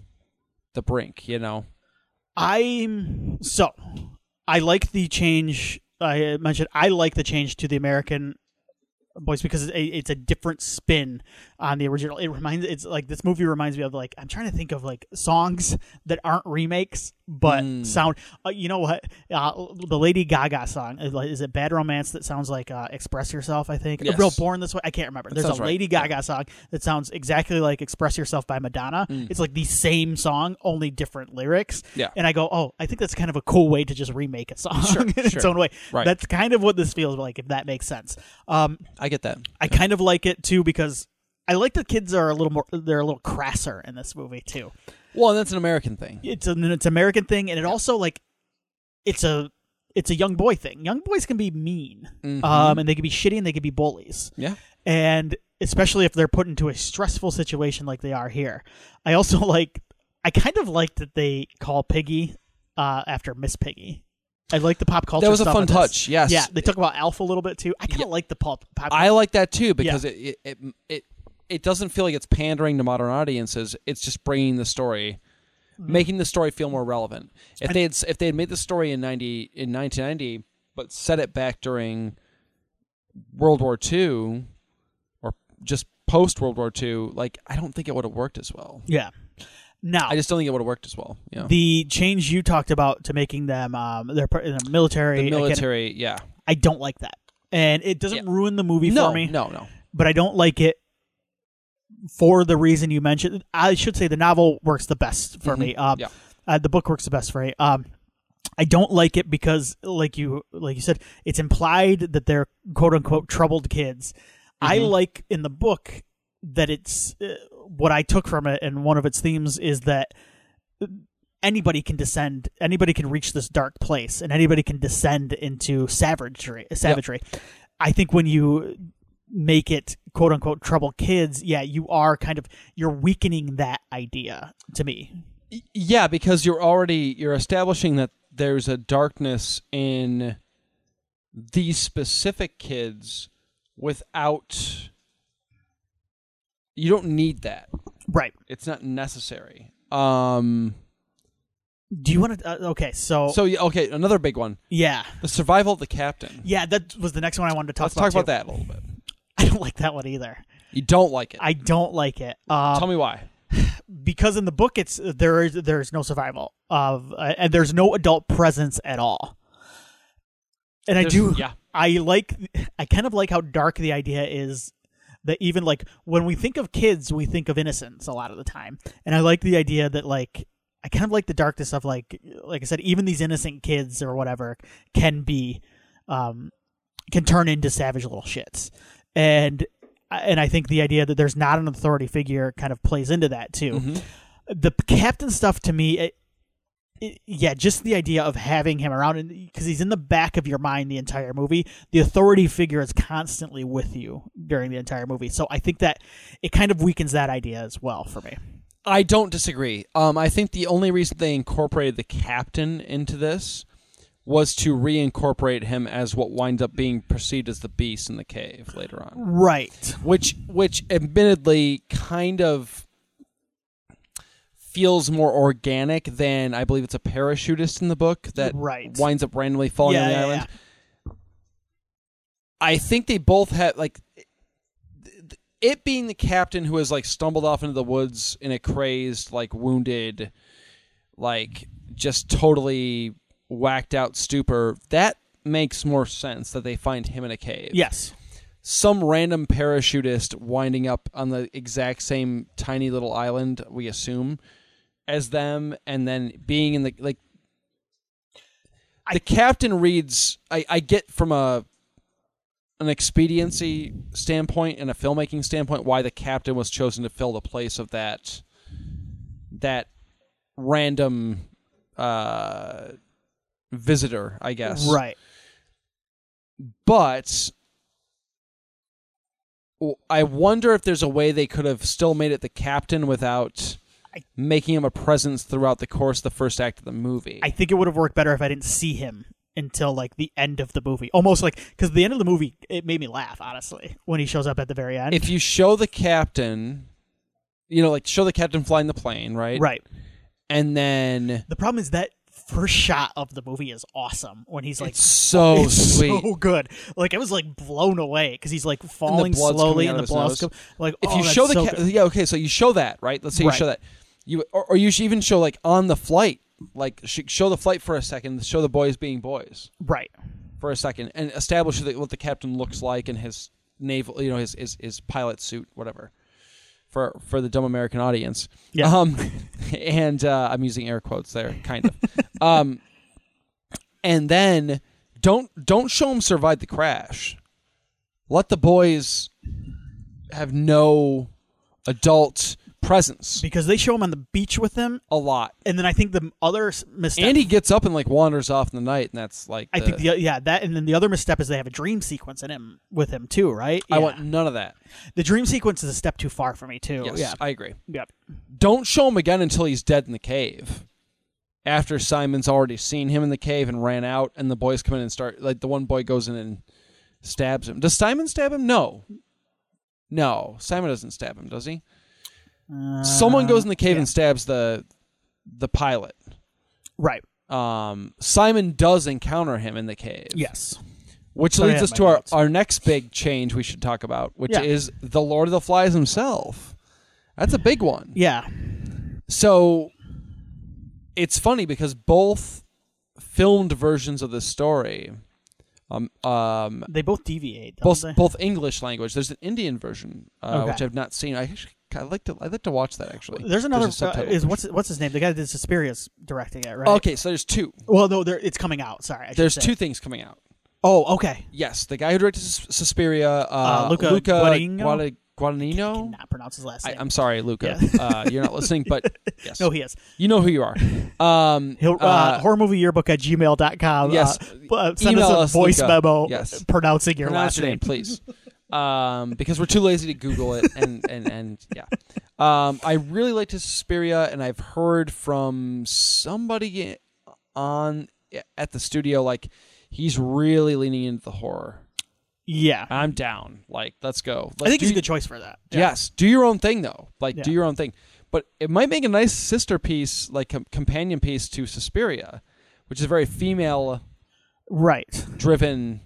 Speaker 2: the brink. You know,
Speaker 1: I'm so I like the change I mentioned. I like the change to the American voice because it, it's a different spin on the original. It reminds it's like this movie reminds me of like I'm trying to think of like songs that aren't remakes but
Speaker 2: Hmm.
Speaker 1: sound. Uh, you know what? Uh, the Lady Gaga song is like- is it "Bad Romance" that sounds like uh, "Express Yourself"? I think.
Speaker 2: Yes.
Speaker 1: Real born this way. I can't remember. There's
Speaker 2: sounds
Speaker 1: a
Speaker 2: right.
Speaker 1: Lady Gaga song that sounds exactly like "Express Yourself" by Madonna.
Speaker 2: Hmm.
Speaker 1: It's like the same song, only different lyrics.
Speaker 2: Yeah.
Speaker 1: And I go, oh, I think that's kind of a cool way to just remake a song in its
Speaker 2: sure.
Speaker 1: own way.
Speaker 2: Right.
Speaker 1: That's kind of what this feels like, if that makes sense. Um,
Speaker 2: I get that.
Speaker 1: I kind of like it too because I like the kids are a little more they're a little crasser in this movie too.
Speaker 2: Well, and that's an American thing.
Speaker 1: It's an it's an American thing and it also like it's a it's a young boy thing. Young boys can be mean. Um and they can be shitty and they can be bullies.
Speaker 2: Mm-hmm. Yeah.
Speaker 1: And especially if they're put into a stressful situation like they are here. I also like I kind of like that they call Piggy uh after Miss Piggy. I like the pop culture.
Speaker 2: was a
Speaker 1: stuff
Speaker 2: fun
Speaker 1: in this.
Speaker 2: touch, yes.
Speaker 1: Yeah, they talk about Alf a little bit too. I kind of like the pop. pop
Speaker 2: I like that too because it, it it it it doesn't feel like it's pandering to modern audiences. It's just bringing the story, making the story feel more relevant. If they had s- if they had made the story in ninety in nineteen ninety, but set it back during World War II, or just post World War II, like I don't think it would have worked as well.
Speaker 1: yeah. Now
Speaker 2: I just don't think it would have worked as well. Yeah,
Speaker 1: the
Speaker 2: the
Speaker 1: change you talked about to making them um their part in the military, I can't-
Speaker 2: military. Yeah,
Speaker 1: I, don't like that and it doesn't
Speaker 2: Yeah.
Speaker 1: ruin the movie
Speaker 2: no,
Speaker 1: for me
Speaker 2: no, no.
Speaker 1: but i don't like it for the reason you mentioned i should say the novel works the best for me um
Speaker 2: Yeah.
Speaker 1: uh, the book works the best for me um I don't like it because, like you, like you said, it's implied that they're quote unquote troubled kids. I like in the book that it's uh, what I took from it, and one of its themes is that anybody can descend, anybody can reach this dark place, and anybody can descend into savagery. Savagery. I think when you make it quote unquote trouble kids, yeah, you are kind of you're weakening that idea to me.
Speaker 2: Yeah, because you're already you're establishing that there's a darkness in these specific kids without you don't need that.
Speaker 1: Right.
Speaker 2: It's not necessary. Um
Speaker 1: Do you want to? Uh, okay, so,
Speaker 2: so yeah, okay, another big one.
Speaker 1: yeah,
Speaker 2: The survival of the captain.
Speaker 1: yeah, that was the next one I wanted to talk
Speaker 2: Let's
Speaker 1: about.
Speaker 2: talk about
Speaker 1: too.
Speaker 2: that a little bit.
Speaker 1: I don't like that one either.
Speaker 2: You don't like it.
Speaker 1: I don't like it. Um,
Speaker 2: Tell me why.
Speaker 1: because in the book it's there is there's no survival of uh, and there's no adult presence at all and i
Speaker 2: There's-
Speaker 1: do
Speaker 2: yeah.
Speaker 1: i like i kind of like how dark the idea is that even like when we think of kids we think of innocence a lot of the time and i like the idea that like i kind of like the darkness of like like i said even these innocent kids or whatever can be um can turn into savage little shits and and i think the idea that there's not an authority figure kind of plays into that
Speaker 2: Mm-hmm.
Speaker 1: too the captain stuff to me it, it, yeah just the idea of having him around because he's in the back of your mind the entire movie the authority figure is constantly with you during the entire movie so i think that it kind of weakens that idea as well for me
Speaker 2: I don't disagree. Um, I think the only reason they incorporated the captain into this was to reincorporate him as what winds up being perceived as the beast in the cave later on
Speaker 1: right
Speaker 2: which which admittedly kind of feels more organic than I believe it's a parachutist in the book that
Speaker 1: Right.
Speaker 2: winds up randomly falling
Speaker 1: Yeah,
Speaker 2: on the
Speaker 1: yeah,
Speaker 2: island. I think they both had like th- th- it being the captain who has like stumbled off into the woods in a crazed, like wounded, like just totally whacked out stupor. That makes more sense that they find him in a cave
Speaker 1: yes
Speaker 2: some random parachutist winding up on the exact same tiny little island we assume as them and then being in the like the captain reads I, I get from a an expediency standpoint and a filmmaking standpoint why the captain was chosen to fill the place of that that random uh visitor i guess
Speaker 1: right
Speaker 2: but w- I wonder if there's a way they could have still made it the captain without
Speaker 1: I-
Speaker 2: making him a presence throughout the course of the first act of the movie.
Speaker 1: i think it would have worked better if i didn't see him until like the end of the movie almost like because the end of the movie it made me laugh honestly when he shows up at the very end
Speaker 2: if you show the captain, you know, like show the captain flying the plane, right?
Speaker 1: right
Speaker 2: And then
Speaker 1: the problem is that first shot of the movie is awesome when he's like
Speaker 2: it's so
Speaker 1: it's
Speaker 2: sweet.
Speaker 1: so good. Like I was like blown away because he's like falling
Speaker 2: blood's
Speaker 1: slowly
Speaker 2: coming out
Speaker 1: and the
Speaker 2: of his
Speaker 1: blood's
Speaker 2: nose.
Speaker 1: come, like
Speaker 2: if
Speaker 1: oh,
Speaker 2: you
Speaker 1: that's
Speaker 2: show the
Speaker 1: so
Speaker 2: ca-
Speaker 1: good.
Speaker 2: yeah okay so you show that right let's say
Speaker 1: Right.
Speaker 2: you show that you or, or you should even show like on the flight like sh- show the flight for a second, show the boys being boys
Speaker 1: Right.
Speaker 2: for a second, and establish that, what the captain looks like and his naval, you know, his his, his pilot suit, whatever, for for the dumb American audience.
Speaker 1: Yeah.
Speaker 2: Um, and uh, I'm using air quotes there, kind of. um, and then don't don't show him survive the crash. Let the boys have no adult presence
Speaker 1: Because they show him on the beach with them,
Speaker 2: a lot.
Speaker 1: and then I think the other s- misstep.
Speaker 2: And he gets up and like wanders off in the night, and that's like
Speaker 1: I think the, yeah that, and then the other misstep is they have a dream sequence in him with him too, right?
Speaker 2: I
Speaker 1: Yeah.
Speaker 2: want none of that.
Speaker 1: the dream sequence is a step too far for me too.
Speaker 2: Yes,
Speaker 1: Yeah.
Speaker 2: I agree.
Speaker 1: Yep.
Speaker 2: Don't show him again until he's dead in the cave. After Simon's already seen him in the cave and ran out, and the boys come in and start like the one boy goes in and stabs him. Does Simon stab him? No. No, Simon doesn't stab him, does he? Someone goes in the
Speaker 1: Uh,
Speaker 2: cave and stabs the the pilot.
Speaker 1: Right.
Speaker 2: Um, Simon does encounter him in the cave.
Speaker 1: Yes.
Speaker 2: Which
Speaker 1: Sorry, I
Speaker 2: leads
Speaker 1: had
Speaker 2: us
Speaker 1: my
Speaker 2: to our,
Speaker 1: notes.
Speaker 2: our next big change we should talk about, which
Speaker 1: Yeah.
Speaker 2: is the Lord of the Flies himself. That's a big one.
Speaker 1: Yeah.
Speaker 2: So it's funny because both filmed versions of this story, um, um,
Speaker 1: They both deviate. don't
Speaker 2: both
Speaker 1: they?
Speaker 2: both English language. There's an Indian version uh,
Speaker 1: Okay.
Speaker 2: which I've not seen. I actually I like to I like to watch that actually.
Speaker 1: There's another
Speaker 2: a
Speaker 1: uh,
Speaker 2: subtitle
Speaker 1: is
Speaker 2: Uh, version.
Speaker 1: what's what's his name? The guy that did Suspiria's directing it, right?
Speaker 2: okay. So there's two.
Speaker 1: Well, no, there, it's coming out. Sorry. I should
Speaker 2: There's
Speaker 1: say.
Speaker 2: two things coming out.
Speaker 1: Oh, okay.
Speaker 2: Yes, the guy who directed Sus- Suspiria, uh,
Speaker 1: Uh, Luca
Speaker 2: Luca
Speaker 1: Guadagnino?
Speaker 2: Guada- Guadagnino?
Speaker 1: Cannot pronounce his last
Speaker 2: I,
Speaker 1: name.
Speaker 2: I'm sorry, Luca.
Speaker 1: Yeah.
Speaker 2: uh, you're not listening, but yes,
Speaker 1: no, he is.
Speaker 2: you know who you are. Um,
Speaker 1: He'll, uh,
Speaker 2: uh,
Speaker 1: horror movie yearbook at gmail.com.
Speaker 2: yes,
Speaker 1: Uh, b- uh, send
Speaker 2: email
Speaker 1: us a
Speaker 2: us,
Speaker 1: voice
Speaker 2: Luca.
Speaker 1: memo uh,
Speaker 2: Yes.
Speaker 1: pronouncing your last
Speaker 2: pronounce your name,
Speaker 1: name.
Speaker 2: please, um, because we're too lazy to Google it. And and and yeah, um, I really liked his Suspiria, and I've heard from somebody on at the studio like he's really leaning into the horror.
Speaker 1: Yeah.
Speaker 2: I'm down. Like, let's go.
Speaker 1: I
Speaker 2: Let's
Speaker 1: think
Speaker 2: Uh, do
Speaker 1: he's a good choice for that. Yeah.
Speaker 2: Yes, do your own thing though. Like do
Speaker 1: Yeah.
Speaker 2: your own thing. But it might make a nice sister piece, like com- companion piece to Suspiria, which is a very female
Speaker 1: Right.
Speaker 2: driven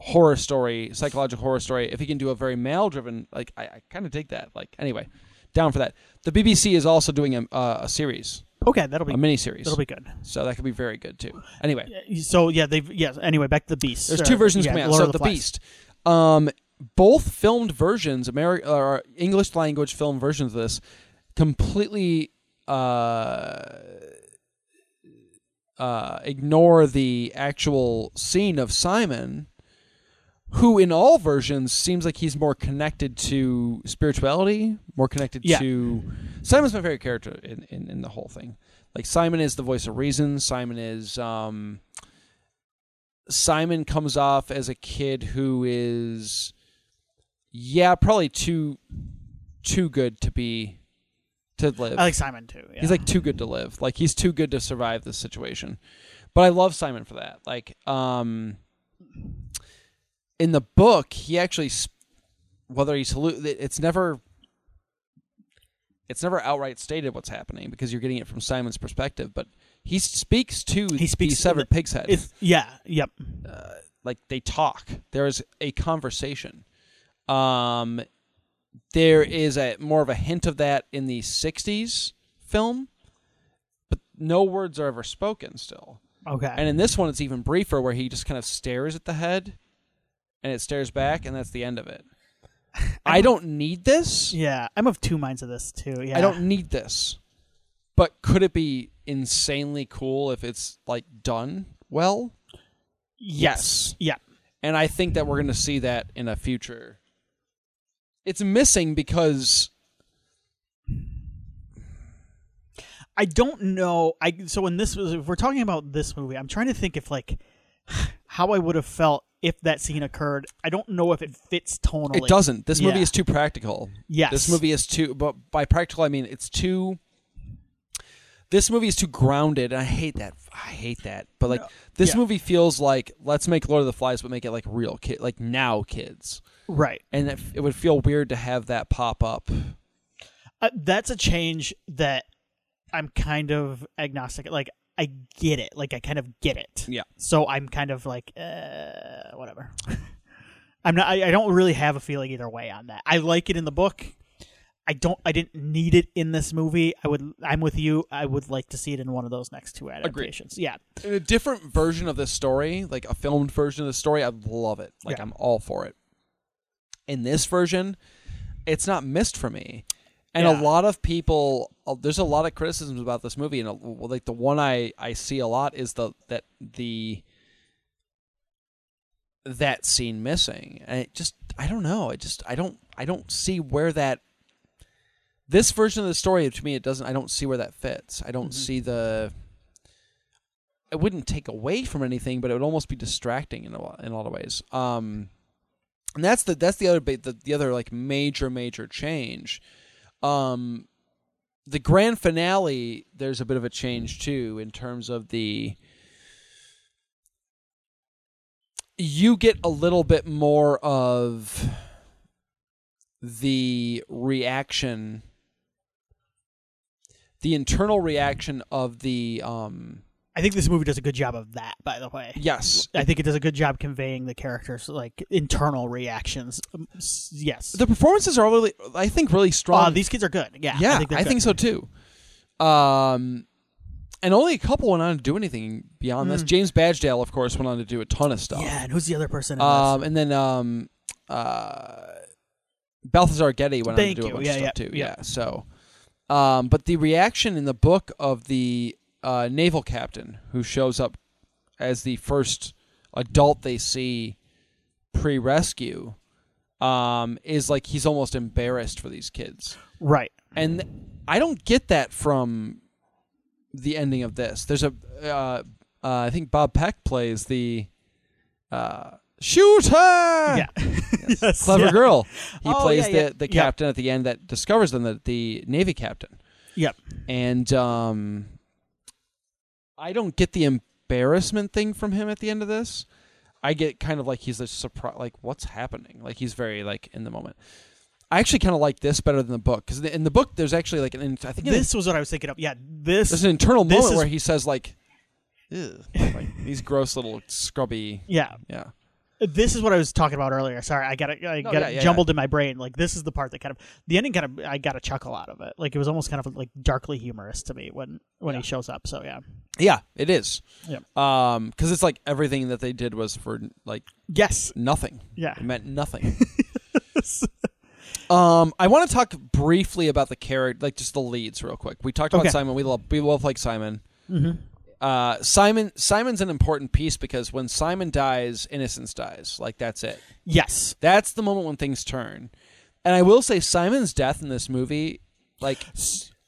Speaker 2: horror story, psychological horror story. If he can do a very male driven, like I, I kind of dig that. Like anyway, down for that. The BBC is also doing a, uh, a series,
Speaker 1: Okay, that'll be
Speaker 2: a mini series.
Speaker 1: that'll be good.
Speaker 2: So that could be very good too. Anyway,
Speaker 1: So yeah, they've yes. Anyway, back to the Beast.
Speaker 2: There's
Speaker 1: Or-
Speaker 2: two versions
Speaker 1: yeah,
Speaker 2: coming out.
Speaker 1: Lord
Speaker 2: So
Speaker 1: of
Speaker 2: the,
Speaker 1: Flies.
Speaker 2: Beast, um, both filmed versions, Ameri- or English language film versions of this, completely uh, uh, ignore the actual scene of Simon, who in all versions seems like he's more connected to spirituality, more connected
Speaker 1: Yeah.
Speaker 2: to Simon's my favorite character in, in, in the whole thing. Like Simon is the voice of reason. Simon is um, Simon comes off as a kid who is yeah, probably too too good to be to live.
Speaker 1: I like Simon too. Yeah.
Speaker 2: He's like too good to live. Like he's too good to survive this situation. But I love Simon for that. Like um in the book, he actually s- whether he's hallu- it's never it's never outright stated what's happening because you're getting it from Simon's perspective, but he speaks to
Speaker 1: He speaks
Speaker 2: the severed pig's head
Speaker 1: It's, yeah. Yep.
Speaker 2: uh, like they talk. There is a conversation. Um, there is a more of a hint of that in the '60s film, but no words are ever spoken still.
Speaker 1: Okay.
Speaker 2: And in this one, it's even briefer, where he just kind of stares at the head, and it stares back, and that's the end of it. I don't need this.
Speaker 1: yeah, I'm of two minds of this too. Yeah.
Speaker 2: I don't need this. But could it be insanely cool if it's like done well?
Speaker 1: Yes. Yeah.
Speaker 2: and I think that we're going to see that in a future. It's missing because
Speaker 1: I don't know. I so when this was, if we're talking about this movie, I'm trying to think if like how I would have felt if that scene occurred. I don't know if it fits tonally.
Speaker 2: it doesn't. This movie
Speaker 1: Yeah.
Speaker 2: is too practical.
Speaker 1: Yes.
Speaker 2: This movie is too. But by practical, I mean it's too. This movie is too grounded, and I hate that. I hate that. But like this
Speaker 1: Yeah.
Speaker 2: movie feels like let's make Lord of the Flies, but make it like real kid, like now kids,
Speaker 1: Right.
Speaker 2: and it, it would feel weird to have that pop up.
Speaker 1: Uh, that's a change that I'm kind of agnostic. Like I get it. Like I kind of get it.
Speaker 2: Yeah.
Speaker 1: So I'm kind of like uh, whatever. I'm not. I, I don't really have a feeling either way on that. I like it in the book. I don't. I didn't need it in this movie. I would. I'm with you. I would like to see it in one of those next two adaptations. Yeah.
Speaker 2: In a different version of this story, like a filmed version of the story, I love it. Like
Speaker 1: Yeah.
Speaker 2: I'm all for it. In this version, it's not missed for me. And
Speaker 1: Yeah.
Speaker 2: a lot of people, uh, there's a lot of criticisms about this movie, and uh, well, like the one I I see a lot is the that the that scene missing, and it just I don't know, I just I don't I don't see where that this version of the story to me it doesn't I don't see where that fits. I don't
Speaker 1: Mm-hmm.
Speaker 2: see the it wouldn't take away from anything, but it would almost be distracting in a lot, in a lot of ways. Um, and that's the that's the other bit the, the other like major major change. Um, the grand finale there's a bit of a change too in terms of the you get a little bit more of the reaction the internal reaction of the um
Speaker 1: I think this movie does a good job of that. By the way.
Speaker 2: yes
Speaker 1: I think it does a good job conveying the characters' like internal reactions. Um, s- yes.
Speaker 2: the performances are really i think really strong
Speaker 1: Uh, these kids are good. Yeah.
Speaker 2: yeah
Speaker 1: I think, they're
Speaker 2: I
Speaker 1: good.
Speaker 2: think so too um and only a couple went on to do anything beyond
Speaker 1: Mm.
Speaker 2: this james badgedale of course went on to do a ton of stuff
Speaker 1: Yeah. And who's the other person? In this?
Speaker 2: Um, and then um, uh, Balthazar Getty went
Speaker 1: Thank
Speaker 2: on to do
Speaker 1: you.
Speaker 2: a bunch
Speaker 1: Yeah,
Speaker 2: of stuff
Speaker 1: yeah,
Speaker 2: too.
Speaker 1: yeah.
Speaker 2: Yeah. So, um, but the reaction in the book of the uh, naval captain who shows up as the first adult they see pre-rescue um, is like he's almost embarrassed for these kids
Speaker 1: Right.
Speaker 2: and I don't get that from the ending of this. There's a, uh, uh, I think Bob Peck plays the uh, shooter.
Speaker 1: Yeah. Ah. Yes,
Speaker 2: clever
Speaker 1: yeah.
Speaker 2: girl. He
Speaker 1: Oh,
Speaker 2: plays
Speaker 1: yeah, yeah.
Speaker 2: the the
Speaker 1: Yeah.
Speaker 2: captain at the end that discovers them, the, the navy captain.
Speaker 1: Yep.
Speaker 2: And um, I don't get the embarrassment thing from him at the end of this. I get kind of like he's a surprise, like what's happening? Like he's very like in the moment. I actually kind of like this better than the book because in the book there's actually like an in- I think this
Speaker 1: This was what I was thinking of. Yeah. This.
Speaker 2: there's an internal
Speaker 1: this
Speaker 2: moment
Speaker 1: is-
Speaker 2: where he says like, "Ew," like these gross little scrubby
Speaker 1: yeah.
Speaker 2: yeah
Speaker 1: This is what I was talking about earlier. Sorry, I got it. I got
Speaker 2: Oh, yeah,
Speaker 1: it
Speaker 2: yeah,
Speaker 1: jumbled in my brain. Like this is the part that kind of the ending kind of I got a chuckle out of it. Like it was almost kind of like darkly humorous to me when when he shows up. So yeah,
Speaker 2: yeah it is
Speaker 1: Yeah.
Speaker 2: um because it's like everything that they did was for like
Speaker 1: yes,
Speaker 2: nothing
Speaker 1: yeah,
Speaker 2: It meant nothing. um, I want to talk briefly about the character, like just the leads, real quick. We talked about
Speaker 1: Okay. Mm-hmm.
Speaker 2: Simon. We love, we both like Simon. Uh, Simon, Simon's an important piece because when Simon dies, innocence dies. Like that's it.
Speaker 1: yes.
Speaker 2: That's the moment when things turn. And I will say, Simon's death in this movie, like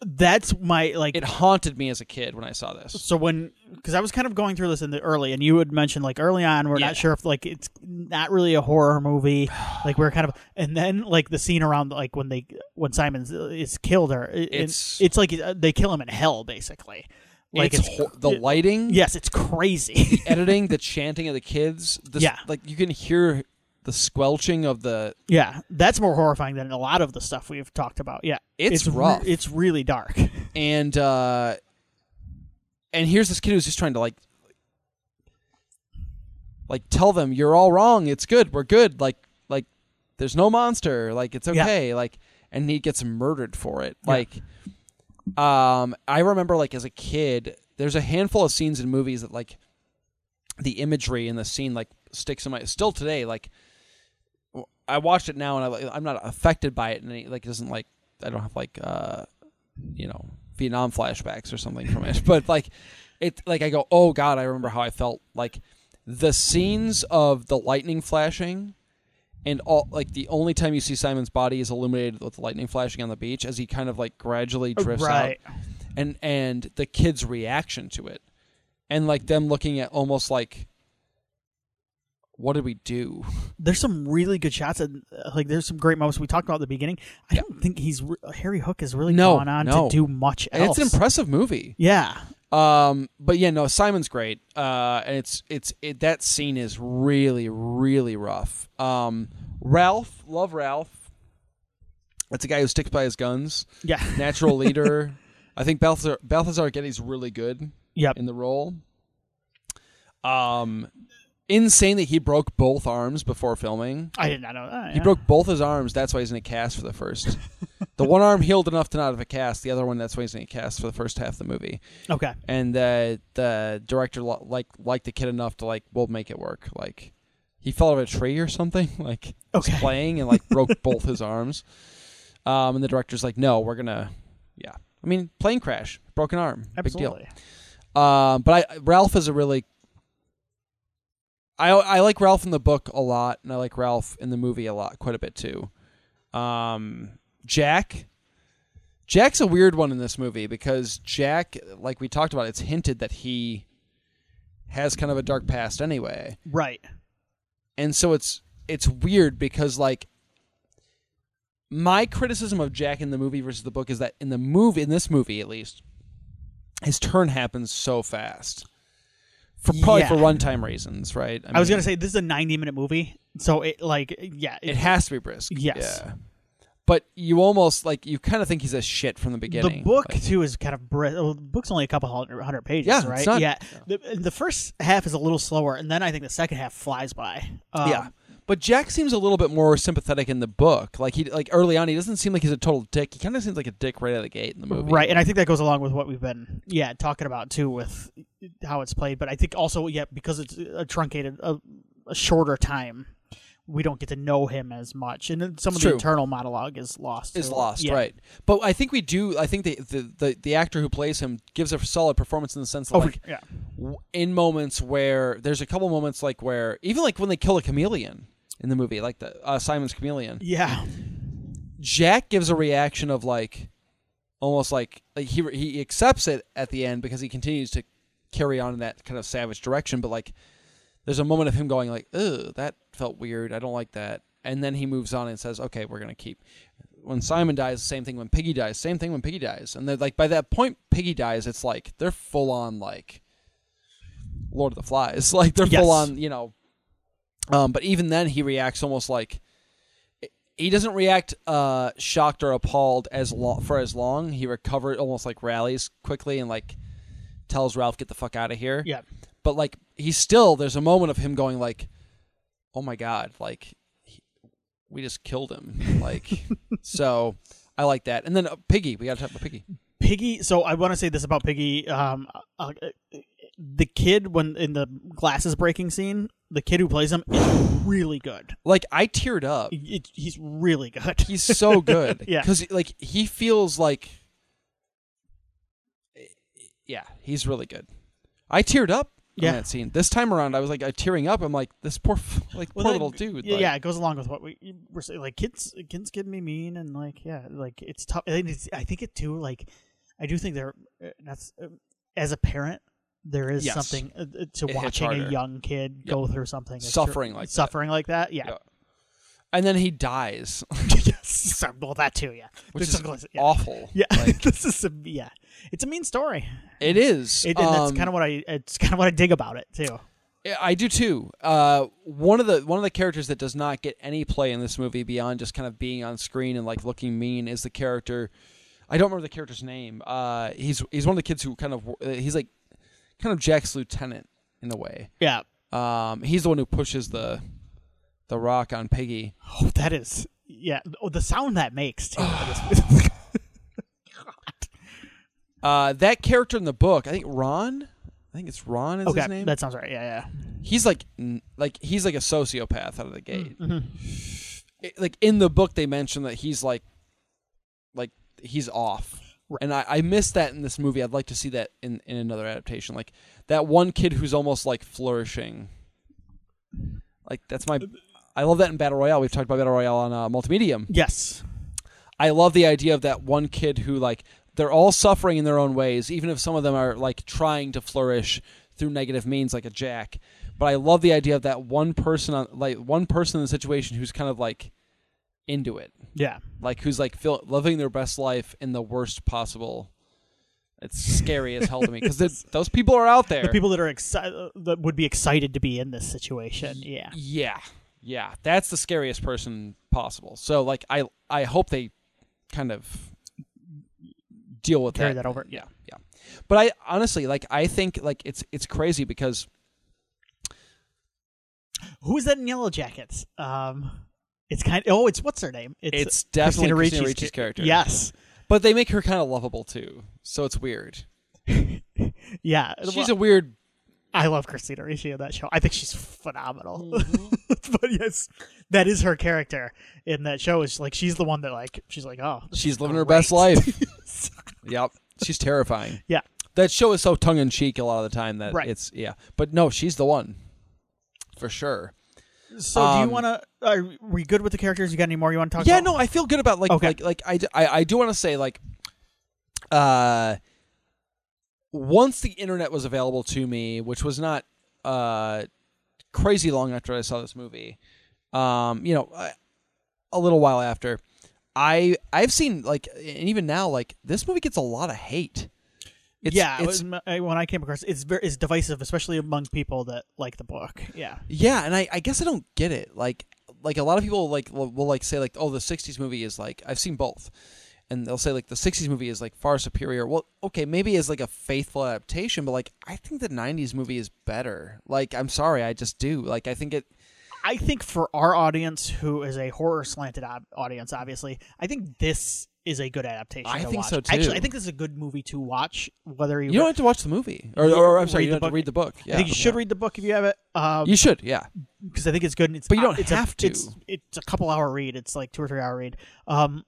Speaker 1: That's my like.
Speaker 2: it haunted me as a kid when I saw this.
Speaker 1: so when because I was kind of going through this in the early, and you had mentioned like early on, we're
Speaker 2: Yeah.
Speaker 1: not sure if like it's not really a horror movie. Like we're kind of, and then like the scene around like when they when Simon is killed, or it-
Speaker 2: It's-
Speaker 1: it's like uh, they kill him in hell basically. Like
Speaker 2: it's, hor- the
Speaker 1: it-
Speaker 2: lighting,
Speaker 1: Yes, it's crazy.
Speaker 2: editing, the chanting of the kids. The, s-
Speaker 1: Yeah.
Speaker 2: like you can hear the squelching of the
Speaker 1: yeah, that's more horrifying than a lot of the stuff we've talked about. Yeah,
Speaker 2: It's
Speaker 1: re-
Speaker 2: rough.
Speaker 1: it's really dark.
Speaker 2: and uh and here's this kid who's just trying to like like tell them you're all wrong it's good we're good like like there's no monster like it's
Speaker 1: Yeah.
Speaker 2: okay like and he gets murdered for it
Speaker 1: Yeah.
Speaker 2: like um i remember like as a kid there's a handful of scenes in movies that like the imagery in the scene like sticks in my still today like w- i watched it now and I, like, i'm not affected by it and it like doesn't like i don't have like uh you know vietnam flashbacks or something from it but like it like i go oh god i remember how i felt like the scenes of the lightning flashing and all like the only time you see simon's body is illuminated with lightning flashing on the beach as he kind of like gradually
Speaker 1: Oh,
Speaker 2: drifts
Speaker 1: right.
Speaker 2: out and and the kids reaction to it and like them looking at almost like what did we do
Speaker 1: There's some really good shots and uh, like there's some great moments we talked about at the beginning. I don't think he's re- Harry Hook has really
Speaker 2: No,
Speaker 1: gone on
Speaker 2: no.
Speaker 1: to do much
Speaker 2: And
Speaker 1: else.
Speaker 2: it's an impressive movie
Speaker 1: yeah,
Speaker 2: um but yeah no simon's great uh and it's it's it, that scene is really really rough um ralph love ralph that's a guy who sticks by his guns
Speaker 1: yeah,
Speaker 2: natural leader i think balthazar balthazar getty's really good
Speaker 1: yep.
Speaker 2: in the role. Um, insane that he broke both arms before filming.
Speaker 1: I did not know that.
Speaker 2: He
Speaker 1: yeah.
Speaker 2: broke both his arms. That's why he's in a cast for the first The one arm healed enough to not have a cast. The other one that's wasting a cast for the first half of the movie.
Speaker 1: Okay.
Speaker 2: And the the director lo- like liked the kid enough to like we'll make it work. Like he fell out of a tree or something. Like was
Speaker 1: Okay.
Speaker 2: playing and like broke both his arms. Um, and the director's like, no, we're gonna, yeah. I mean, plane crash, broken arm, big
Speaker 1: Absolutely.
Speaker 2: deal. Um, but I Ralph is a really. I I like Ralph in the book a lot, and I like Ralph in the movie a lot, quite a bit too. Um, Jack. Jack's a weird one in this movie because Jack, like we talked about, it's hinted that he has kind of a dark past anyway
Speaker 1: Right.
Speaker 2: and so it's it's weird because like my criticism of Jack in the movie versus the book is that in the movie in this movie at least his turn happens so fast for probably
Speaker 1: Yeah.
Speaker 2: for runtime reasons right
Speaker 1: I, was
Speaker 2: mean,
Speaker 1: gonna say this is a 90 minute movie, so it like yeah,
Speaker 2: it has to be brisk
Speaker 1: Yes.
Speaker 2: yeah but you almost like you kind of think he's a shit from the
Speaker 1: the
Speaker 2: beginning
Speaker 1: book
Speaker 2: Like,
Speaker 1: too is kind of brisk. Well, the book's only a couple hundred, hundred pages,
Speaker 2: Yeah, it's
Speaker 1: right?
Speaker 2: not-
Speaker 1: yeah. The, the first half is a little slower, and then I think the second half flies by. Um,
Speaker 2: yeah but Jack seems a little bit more sympathetic in the book like he like early on he doesn't seem like he's a total dick he kind of seems like a dick right out of the gate in the movie
Speaker 1: Right, and I think that goes along with what we've been yeah talking about too with how it's played. But I think also yeah because it's a truncated a, a shorter time, we don't get to know him as much, and then some
Speaker 2: It's
Speaker 1: of the
Speaker 2: true.
Speaker 1: internal monologue is lost.
Speaker 2: is
Speaker 1: too.
Speaker 2: lost,
Speaker 1: Yeah.
Speaker 2: right? But I think we do. I think the, the the the actor who plays him gives a solid performance in the sense that,
Speaker 1: Oh,
Speaker 2: like,
Speaker 1: yeah,
Speaker 2: w- in moments where there's a couple moments like where even like when they kill a chameleon in the movie, like the uh, Simon's chameleon,
Speaker 1: yeah,
Speaker 2: Jack gives a reaction of like almost like, like he he accepts it at the end because he continues to carry on in that kind of savage direction, but like there's a moment of him going like, "Ugh, that felt weird. I don't like that." And then he moves on and says, "Okay, we're gonna keep." When Simon dies, the same thing. When Piggy dies, same thing. When Piggy dies, and they're like by that point, Piggy dies. It's like they're full on like Lord of the Flies. Like they're
Speaker 1: Yes.
Speaker 2: full on, you know. Um, but even then, he reacts almost like he doesn't react uh, shocked or appalled as long for as long. He recovers almost like rallies quickly and like tells Ralph, "Get the fuck out of here."
Speaker 1: yeah,
Speaker 2: but like he's still there's a moment of him going like oh my god like he, we just killed him like so i like that and then uh, piggy we gotta talk about piggy
Speaker 1: Piggy. So I want to say this about Piggy. Um, uh, uh, the kid when in the glasses breaking scene, the kid who plays him is really good.
Speaker 2: like i teared up
Speaker 1: It, he's really good.
Speaker 2: he's so good
Speaker 1: Yeah.
Speaker 2: because like he feels like yeah he's really good i teared up
Speaker 1: Yeah.
Speaker 2: in that scene this time around i was like I tearing up i'm like this poor f- like
Speaker 1: Well,
Speaker 2: poor
Speaker 1: that-
Speaker 2: little dude
Speaker 1: Yeah,
Speaker 2: like,
Speaker 1: yeah, it goes along with what we were saying. Like kids, kids can be mean, and like yeah, like it's tough. And it's, I think it too. Like I do think there, uh, that's uh, as a parent, there is
Speaker 2: Yes.
Speaker 1: something uh, uh, to
Speaker 2: hits
Speaker 1: watching a
Speaker 2: harder.
Speaker 1: young kid
Speaker 2: Yep.
Speaker 1: go through something that's
Speaker 2: Suffering
Speaker 1: your-
Speaker 2: like that.
Speaker 1: suffering like that. Yeah,
Speaker 2: Yeah. and then he dies
Speaker 1: yes, so- well that too. Yeah,
Speaker 2: which
Speaker 1: There's
Speaker 2: is
Speaker 1: some glass- yeah.
Speaker 2: awful
Speaker 1: Yeah,
Speaker 2: like,
Speaker 1: this is a, yeah, it's a mean story,
Speaker 2: it is
Speaker 1: it, and that's
Speaker 2: Um,
Speaker 1: kind of what I it's kind of what I dig about it too.
Speaker 2: Yeah, I do too. Uh, one of the one of the characters that does not get any play in this movie beyond just kind of being on screen and like looking mean is the character. I don't remember the character's name. Uh, he's he's one of the kids who kind of uh, he's like kind of Jack's lieutenant in a way.
Speaker 1: Yeah,
Speaker 2: Um, he's the one who pushes the the rock on Piggy.
Speaker 1: oh that is yeah. Oh, the sound that makes too.
Speaker 2: Uh, that character in the book, I think Ron. I think it's Ron is his
Speaker 1: okay,
Speaker 2: name.
Speaker 1: that sounds right. Yeah,
Speaker 2: he's like n- like he's like a sociopath out of the gate.
Speaker 1: yeah. Mhm.
Speaker 2: it- like in the book they mention that he's like like he's off
Speaker 1: Right.
Speaker 2: and I, I missed that in this movie i'd like to see that in, in another adaptation like that one kid who's almost like flourishing like that's my i love that in battle royale we've talked about battle royale on uh, multimedium
Speaker 1: Yes.
Speaker 2: i love the idea of that one kid who like they're all suffering in their own ways even if some of them are like trying to flourish through negative means like a jack but i love the idea of that one person on like one person in the situation who's kind of like into it
Speaker 1: Yeah.
Speaker 2: like who's like feel, living their best life in the worst possible. It's scary as hell to me because those people are out there.
Speaker 1: The people that are excited that would be excited to be in this situation. Yeah.
Speaker 2: yeah, yeah, that's the scariest person possible. So like, I I hope they kind of deal with
Speaker 1: Carry
Speaker 2: that.
Speaker 1: that over.
Speaker 2: Yeah, yeah. But I honestly like I think like it's it's crazy because
Speaker 1: Who is that in Yellow Jackets? Um It's kind. oh, it's what's her name?
Speaker 2: It's definitely
Speaker 1: Christina
Speaker 2: Christina
Speaker 1: Ricci's
Speaker 2: Ricci's
Speaker 1: ca-
Speaker 2: character.
Speaker 1: Yes,
Speaker 2: But they make her kind of lovable too, so it's weird.
Speaker 1: yeah.
Speaker 2: She's a weird.
Speaker 1: I love Christina Ricci on that show. I think she's phenomenal.
Speaker 2: Mm-hmm.
Speaker 1: but yes, that is her character in that show. Is like she's the one that like she's like oh
Speaker 2: She's living her
Speaker 1: great.
Speaker 2: best life. yep, she's terrifying.
Speaker 1: yeah
Speaker 2: That show is so tongue in cheek a lot of the time that
Speaker 1: Right.
Speaker 2: it's yeah. But no, she's the one for sure.
Speaker 1: So do
Speaker 2: Um,
Speaker 1: you want to? Are we good with the characters? You got any more you want to talk
Speaker 2: yeah
Speaker 1: about?
Speaker 2: no i feel good about like
Speaker 1: Okay.
Speaker 2: like like i d- i, I do want to say like uh once the internet was available to me which was not uh crazy long after i saw this movie um you know I- a little while after i i've seen like and even now like this movie gets a lot of hate it's,
Speaker 1: yeah.
Speaker 2: it's,
Speaker 1: it was- I- when I came across, it's very it's divisive, especially among people that like the book. Yeah,
Speaker 2: Yeah, and I, I guess I don't get it. Like like a lot of people like will, will like say like oh the 60s movie is like I've seen both. And they'll say like the 60s movie is like far superior. Well, okay, maybe as like a faithful adaptation, but like I think the 90s movie is better. Like I'm sorry, I just do. Like I think it
Speaker 1: I think for our audience, who is a horror slanted ob- audience, obviously, I think this is a good adaptation.
Speaker 2: I
Speaker 1: to
Speaker 2: think
Speaker 1: watch.
Speaker 2: so, too.
Speaker 1: Actually, I think this is a good movie to watch. Whether you,
Speaker 2: you don't have to watch the movie or, or I'm sorry,
Speaker 1: Read
Speaker 2: you
Speaker 1: the
Speaker 2: don't have
Speaker 1: book.
Speaker 2: to read the book. Yeah.
Speaker 1: I think you should
Speaker 2: Yeah.
Speaker 1: read the book if you have it, because
Speaker 2: You should, yeah.
Speaker 1: I think it's good. And it's
Speaker 2: But you
Speaker 1: uh,
Speaker 2: don't
Speaker 1: it's
Speaker 2: have
Speaker 1: a,
Speaker 2: to.
Speaker 1: It's, it's a couple hour read. It's like two or three hour read. Um,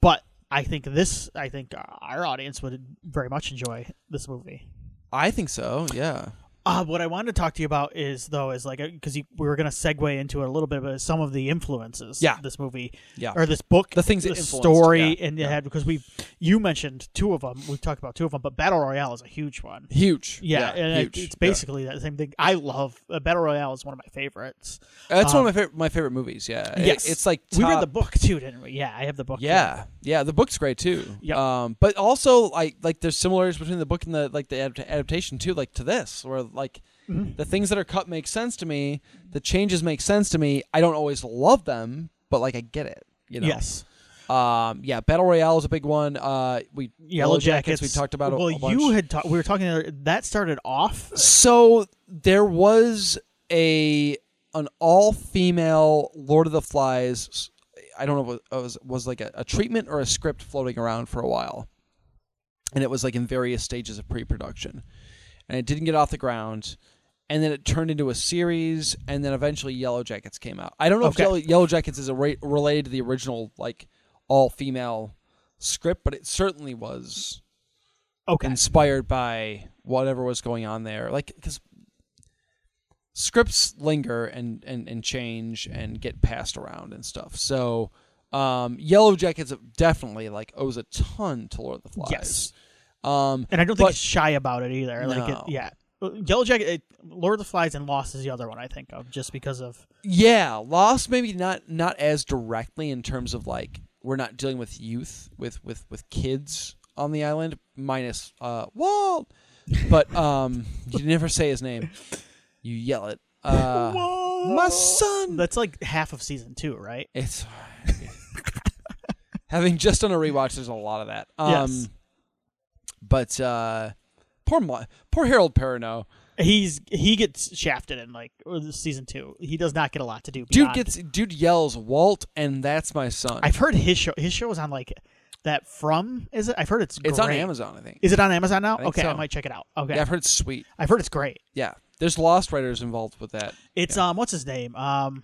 Speaker 1: but I think this. I think our audience would very much enjoy this movie.
Speaker 2: I think so. Yeah.
Speaker 1: Uh, what I wanted to talk to you about is though is like because we were going to segue into it a little bit, but some of the influences.
Speaker 2: Yeah.
Speaker 1: This movie.
Speaker 2: Yeah.
Speaker 1: Or this book.
Speaker 2: The things it
Speaker 1: the
Speaker 2: influenced,
Speaker 1: story
Speaker 2: yeah,
Speaker 1: in the
Speaker 2: yeah.
Speaker 1: head because we you mentioned two of them. We've talked about two of them, but Battle Royale is a huge one.
Speaker 2: Huge.
Speaker 1: Yeah, and it-
Speaker 2: huge.
Speaker 1: it's
Speaker 2: Yeah.
Speaker 1: basically that same thing. I love uh, Battle Royale is one of my favorites.
Speaker 2: That's one of my favorite my favorite movies, yeah. It-
Speaker 1: um, yes,
Speaker 2: it's like
Speaker 1: we read
Speaker 2: top-
Speaker 1: the book too, didn't we? Yeah, I have the book.
Speaker 2: Yeah, yeah, the book's great too.
Speaker 1: Yep.
Speaker 2: Um, but also like like there's similarities between the book and the like the adapt- adaptation too, like to this, where like
Speaker 1: Mm-hmm.
Speaker 2: the things that are cut make sense to me, the changes make sense to me. I don't always love them, but like I get it. You know.
Speaker 1: Yes.
Speaker 2: Um. Yeah. Battle Royale is a big one. Uh. We
Speaker 1: Yellow, Jackets.
Speaker 2: We talked about. a-
Speaker 1: Well,
Speaker 2: a bunch.
Speaker 1: you had talked. We were talking the other- that started off.
Speaker 2: So there was a an all female Lord of the Flies. I don't know if it was was like a, a treatment or a script floating around for a while, and it was like in various stages of pre production, and it didn't get off the ground. And then it turned into a series, and then eventually Yellow Jackets came out. I don't know
Speaker 1: Okay.
Speaker 2: if Yellow, Yellow Jackets is a ra- related to the original like all female script, but it certainly was
Speaker 1: Okay.
Speaker 2: inspired by whatever was going on there like because scripts linger and, and and change and get passed around and stuff so um yellow jackets definitely like owes a ton to lord of the flies
Speaker 1: Yes.
Speaker 2: um
Speaker 1: and I don't think
Speaker 2: But-
Speaker 1: it's shy about it either. Like, it,
Speaker 2: No.
Speaker 1: yeah, Yellow Jacket, it, Lord of the Flies, and Lost is the other one I think of, just because of
Speaker 2: yeah lost maybe not not as directly in terms of like we're not dealing with youth with with with kids on the island minus uh walt but um you never say his name you yell it uh my son
Speaker 1: That's like half of season two, right?
Speaker 2: It's having just done a rewatch. There's a lot of that. Um,
Speaker 1: Yes.
Speaker 2: But uh, poor Mo- poor Harold Perrineau.
Speaker 1: He's he gets shafted in like season two. He does not get a lot to do.
Speaker 2: Dude
Speaker 1: beyond-
Speaker 2: gets dude yells Walt, and that's my son.
Speaker 1: I've heard his show. His show is on like that. From is it? I've heard it's.
Speaker 2: it's on
Speaker 1: great.
Speaker 2: Amazon, I think.
Speaker 1: Is it on Amazon now?
Speaker 2: think
Speaker 1: okay, I
Speaker 2: so.
Speaker 1: might check it out. Okay,
Speaker 2: Yeah, I've heard it's sweet.
Speaker 1: I've heard it's great.
Speaker 2: Yeah, there's Lost writers involved with that.
Speaker 1: It's um, what's his name? Um,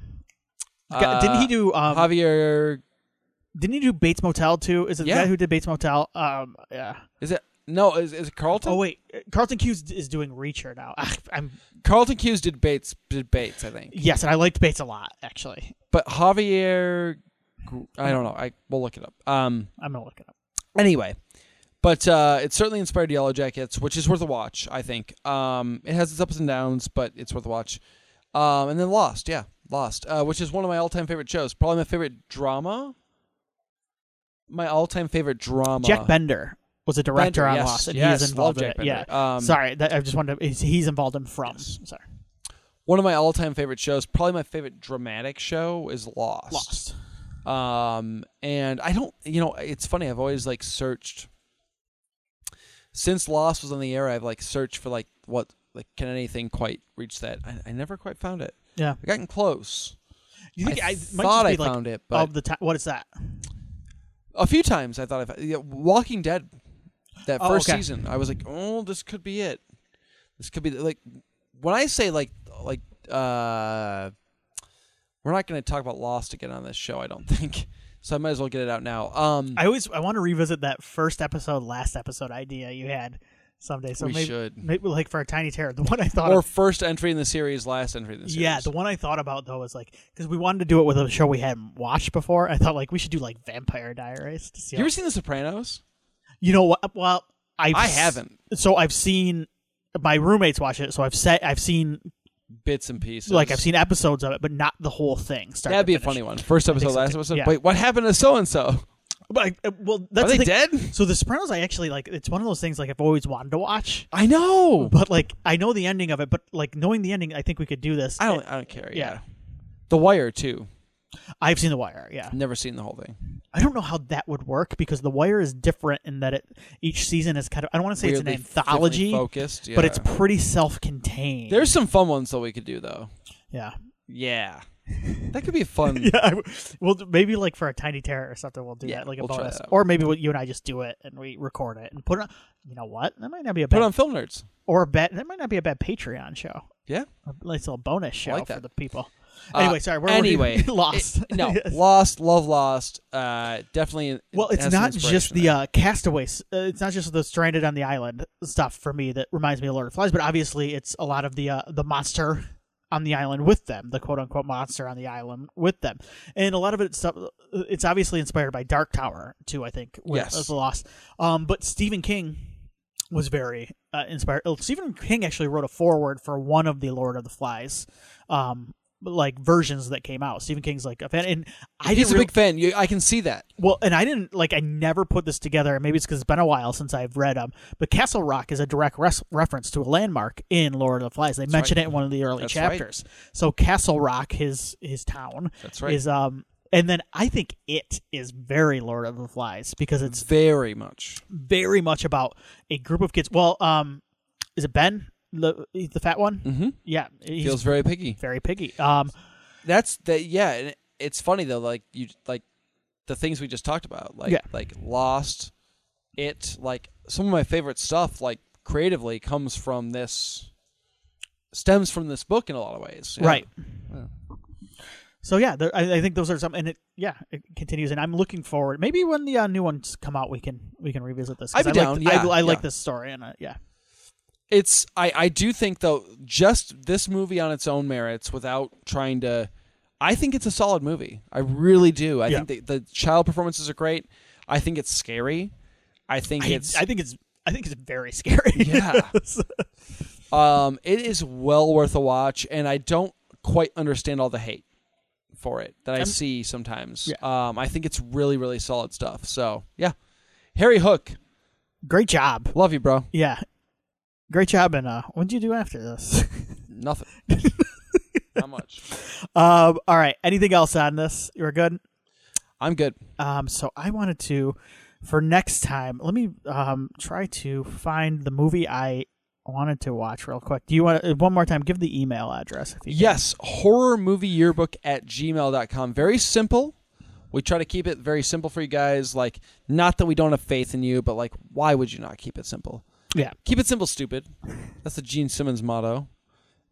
Speaker 1: God, didn't he
Speaker 2: Uh,
Speaker 1: do um?
Speaker 2: Javier?
Speaker 1: didn't he do Bates Motel too? Is it
Speaker 2: Yeah.
Speaker 1: the guy who did Bates Motel? Um, yeah.
Speaker 2: Is it no? Is, is it Carlton?
Speaker 1: Oh wait, Carlton Hughes is doing Reacher now. Ah, I'm
Speaker 2: Carlton Hughes did Bates. Did Bates? I think.
Speaker 1: yes, and I liked Bates a lot actually.
Speaker 2: But Javier, Gr- I don't know. I we'll look it up. Um.
Speaker 1: I'm gonna look it up.
Speaker 2: anyway but uh, it certainly inspired yellow jackets which is worth a watch i think um, it has its ups and downs but it's worth a watch um, and then lost yeah lost uh, which is one of my all-time favorite shows probably my favorite drama my all-time favorite drama
Speaker 1: Jack Bender was a director
Speaker 2: Uh, Bender,
Speaker 1: on
Speaker 2: yes,
Speaker 1: Lost, and
Speaker 2: yes,
Speaker 1: he is involved
Speaker 2: love
Speaker 1: in
Speaker 2: Jack
Speaker 1: it.
Speaker 2: Bender.
Speaker 1: Yeah,
Speaker 2: Um,
Speaker 1: sorry, that, I just wanted. To, he's, he's involved in From.
Speaker 2: Yes.
Speaker 1: Sorry,
Speaker 2: one of my all-time favorite shows probably my favorite dramatic show is lost
Speaker 1: Lost.
Speaker 2: um and i don't you know it's funny i've always like searched since lost was on the air i've like searched for like what like can anything quite reach that i, I never quite found it
Speaker 1: Yeah,
Speaker 2: i've gotten close
Speaker 1: You think I, might just
Speaker 2: thought I
Speaker 1: be like
Speaker 2: found it, but- Hmm.
Speaker 1: of the time. What is that?
Speaker 2: A few times I thought I yeah, Walking Dead that
Speaker 1: Oh,
Speaker 2: first
Speaker 1: okay.
Speaker 2: season. I was like, "Oh, this could be it. This could be the- like when I say like like uh we're not going to talk about Lost again on this show, I don't think. So I might as well get it out now. Um
Speaker 1: I always I want to revisit that first episode, last episode idea you had someday. So
Speaker 2: We
Speaker 1: maybe,
Speaker 2: should.
Speaker 1: maybe like for a tiny terror, the one I thought
Speaker 2: or
Speaker 1: of,
Speaker 2: first entry in the series, last entry in the series.
Speaker 1: yeah, the one I thought about though was like because we wanted to do it with a show we hadn't watched before. I thought like we should do like Vampire Diaries to see.
Speaker 2: You
Speaker 1: how-
Speaker 2: ever seen The Sopranos?
Speaker 1: you know what? Well, I've
Speaker 2: I
Speaker 1: s-
Speaker 2: haven't.
Speaker 1: So I've seen my roommates watch it. So I've said I've seen
Speaker 2: Bits and pieces.
Speaker 1: like I've seen episodes of it, but not the whole thing. Start
Speaker 2: That'd
Speaker 1: to
Speaker 2: be a
Speaker 1: finish.
Speaker 2: funny one. First
Speaker 1: think
Speaker 2: episode,
Speaker 1: so,
Speaker 2: last
Speaker 1: too.
Speaker 2: episode.
Speaker 1: Yeah.
Speaker 2: Wait, what happened to so and so?
Speaker 1: But I, well, that's
Speaker 2: Are
Speaker 1: the
Speaker 2: they
Speaker 1: thing.
Speaker 2: dead?
Speaker 1: So The Sopranos, I actually like. It's one of those things like I've always wanted to watch,
Speaker 2: I know.
Speaker 1: but like I know the ending of it. But like knowing the ending, I think we could do this.
Speaker 2: I don't. I don't care.
Speaker 1: Yeah.
Speaker 2: Yeah. The Wire too.
Speaker 1: I've seen The Wire. Yeah,
Speaker 2: Never seen the whole thing.
Speaker 1: I don't know how that would work because The Wire is different in that it each season is kind of. I don't want to say
Speaker 2: Weirdly
Speaker 1: it's an anthology,
Speaker 2: differently focused. Yeah.
Speaker 1: but it's pretty self-contained.
Speaker 2: there's some fun ones that we could do though.
Speaker 1: yeah,
Speaker 2: Yeah. That could be fun.
Speaker 1: yeah. I, w- well, maybe like for a Tiny Terror or something, we'll do
Speaker 2: Yeah,
Speaker 1: that like a
Speaker 2: we'll try
Speaker 1: bonus,
Speaker 2: that out.
Speaker 1: or maybe we, you and I just do it and we record it and put it. on... You know what? That might not be a
Speaker 2: Put
Speaker 1: bad
Speaker 2: on film nerds.
Speaker 1: or a bad. That might not be a bad Patreon show.
Speaker 2: Yeah.
Speaker 1: a nice little bonus show
Speaker 2: like
Speaker 1: for
Speaker 2: that.
Speaker 1: the people.
Speaker 2: Uh,
Speaker 1: Anyway, sorry. We're already
Speaker 2: anyway,
Speaker 1: lost.
Speaker 2: it- no,
Speaker 1: Yes.
Speaker 2: lost. Love lost. Uh, definitely.
Speaker 1: Well, it's
Speaker 2: has some
Speaker 1: not just
Speaker 2: inspiration
Speaker 1: the
Speaker 2: there.
Speaker 1: uh, castaways. Uh, it's not just the stranded on the island stuff for me that reminds me of Lord of the Flies, but obviously it's a lot of the uh, the monster on the island with them, the quote unquote monster on the island with them, and a lot of it's stuff. It's obviously inspired by Dark Tower too. I think with
Speaker 2: Yes.
Speaker 1: with the Lost. Um, but Stephen King was very uh, inspired. oh, Stephen King actually wrote a foreword for one of the Lord of the Flies. Um, like versions that came out. Stephen King's like a fan, and I
Speaker 2: He's
Speaker 1: didn't
Speaker 2: a
Speaker 1: real-
Speaker 2: big fan. You, I can see that.
Speaker 1: well, and I didn't like I never put this together. and Maybe it's because it's been a while since I've read them. But Castle Rock is a direct res- reference to a landmark in Lord of the Flies. They mention it in one of the early
Speaker 2: That's right.
Speaker 1: chapters. So Castle Rock, his his town,
Speaker 2: That's right.
Speaker 1: is um, and then I think it is very Lord of the Flies because
Speaker 2: Hmm.
Speaker 1: it's
Speaker 2: Very much.
Speaker 1: very much about a group of kids. Well, um, is it Ben, the, he's the fat one?
Speaker 2: Mm-hmm.
Speaker 1: Yeah, he's
Speaker 2: Feels very picky.
Speaker 1: very piggy. Um,
Speaker 2: That's that. Yeah, and it's funny though. Like you, like the things we just talked about. Like
Speaker 1: Yeah.
Speaker 2: like Lost, it. Like some of my favorite stuff, like creatively, comes from this. Stems from this book in a lot of ways. yeah.
Speaker 1: Right. So yeah, there, I, I think those are some, and it yeah, it continues. And I'm looking forward. Maybe when the uh, new ones come out, we can we can revisit this. 'cause
Speaker 2: I'd be
Speaker 1: I like,
Speaker 2: down,
Speaker 1: I,
Speaker 2: yeah,
Speaker 1: I like
Speaker 2: yeah.
Speaker 1: this story, and uh, yeah,
Speaker 2: It's I I do think though just this movie on its own merits without trying to. I think it's a solid movie. I really do. I
Speaker 1: Yeah.
Speaker 2: think the, the child performances are great. I think it's scary. I think
Speaker 1: I,
Speaker 2: it's
Speaker 1: I think it's I think it's very scary.
Speaker 2: Yeah.
Speaker 1: Yes.
Speaker 2: Um, it is well worth a watch, and I don't quite understand all the hate for it that I
Speaker 1: I'm-
Speaker 2: see sometimes.
Speaker 1: Yeah.
Speaker 2: Um, I think it's really, really solid stuff. So yeah, Harry Hook,
Speaker 1: great job.
Speaker 2: love you, bro.
Speaker 1: Yeah, great job. And uh, what did you do after this?
Speaker 2: Nothing. Not much.
Speaker 1: um, all right. Anything else on this? You're good.
Speaker 2: I'm good.
Speaker 1: Um, so I wanted to, for next time, let me um try to find the movie I wanted to watch real quick. Do you want to, one more time? Give the email address if you can.
Speaker 2: Yes, horror movie yearbook at gmail.com. Very simple. We try to keep it very simple for you guys. Like, not that we don't have faith in you, but like, why would you not keep it simple?
Speaker 1: Yeah.
Speaker 2: Keep it simple, stupid. That's the Gene Simmons motto.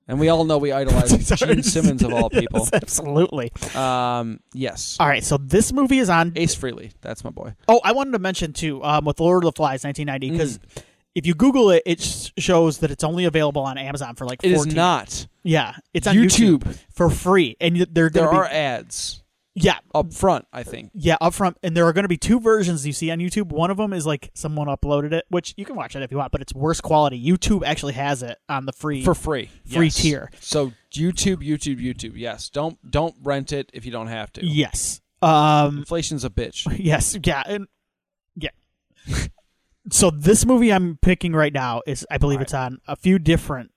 Speaker 2: And we all know we idolize
Speaker 1: Sorry.
Speaker 2: Gene Simmons of all people.
Speaker 1: Yes, absolutely.
Speaker 2: Um, yes.
Speaker 1: All right, so this movie is on.
Speaker 2: Ace Freely. That's my boy.
Speaker 1: Oh, I wanted to mention too, um, with Lord of the Flies, 1990, because
Speaker 2: Mm.
Speaker 1: if you Google it, it sh- shows that it's only available on Amazon for like.
Speaker 2: It
Speaker 1: 14.
Speaker 2: is not.
Speaker 1: Yeah, it's on YouTube,
Speaker 2: YouTube.
Speaker 1: for free, and y- they're
Speaker 2: There
Speaker 1: gonna
Speaker 2: are
Speaker 1: be
Speaker 2: ads
Speaker 1: yeah.
Speaker 2: up front, I think.
Speaker 1: yeah, up front, and there are going to be two versions you see on YouTube. One of them is like someone uploaded it, which you can watch it if you want, but it's worse quality. YouTube actually has it on the free.
Speaker 2: For free.
Speaker 1: Free
Speaker 2: Yes.
Speaker 1: tier.
Speaker 2: So YouTube, YouTube, YouTube. Yes. Don't don't rent it if you don't have to.
Speaker 1: yes, um,
Speaker 2: Inflation's a bitch.
Speaker 1: Yes, yeah, and yeah. so this movie I'm picking right now is, I believe, it's on a few different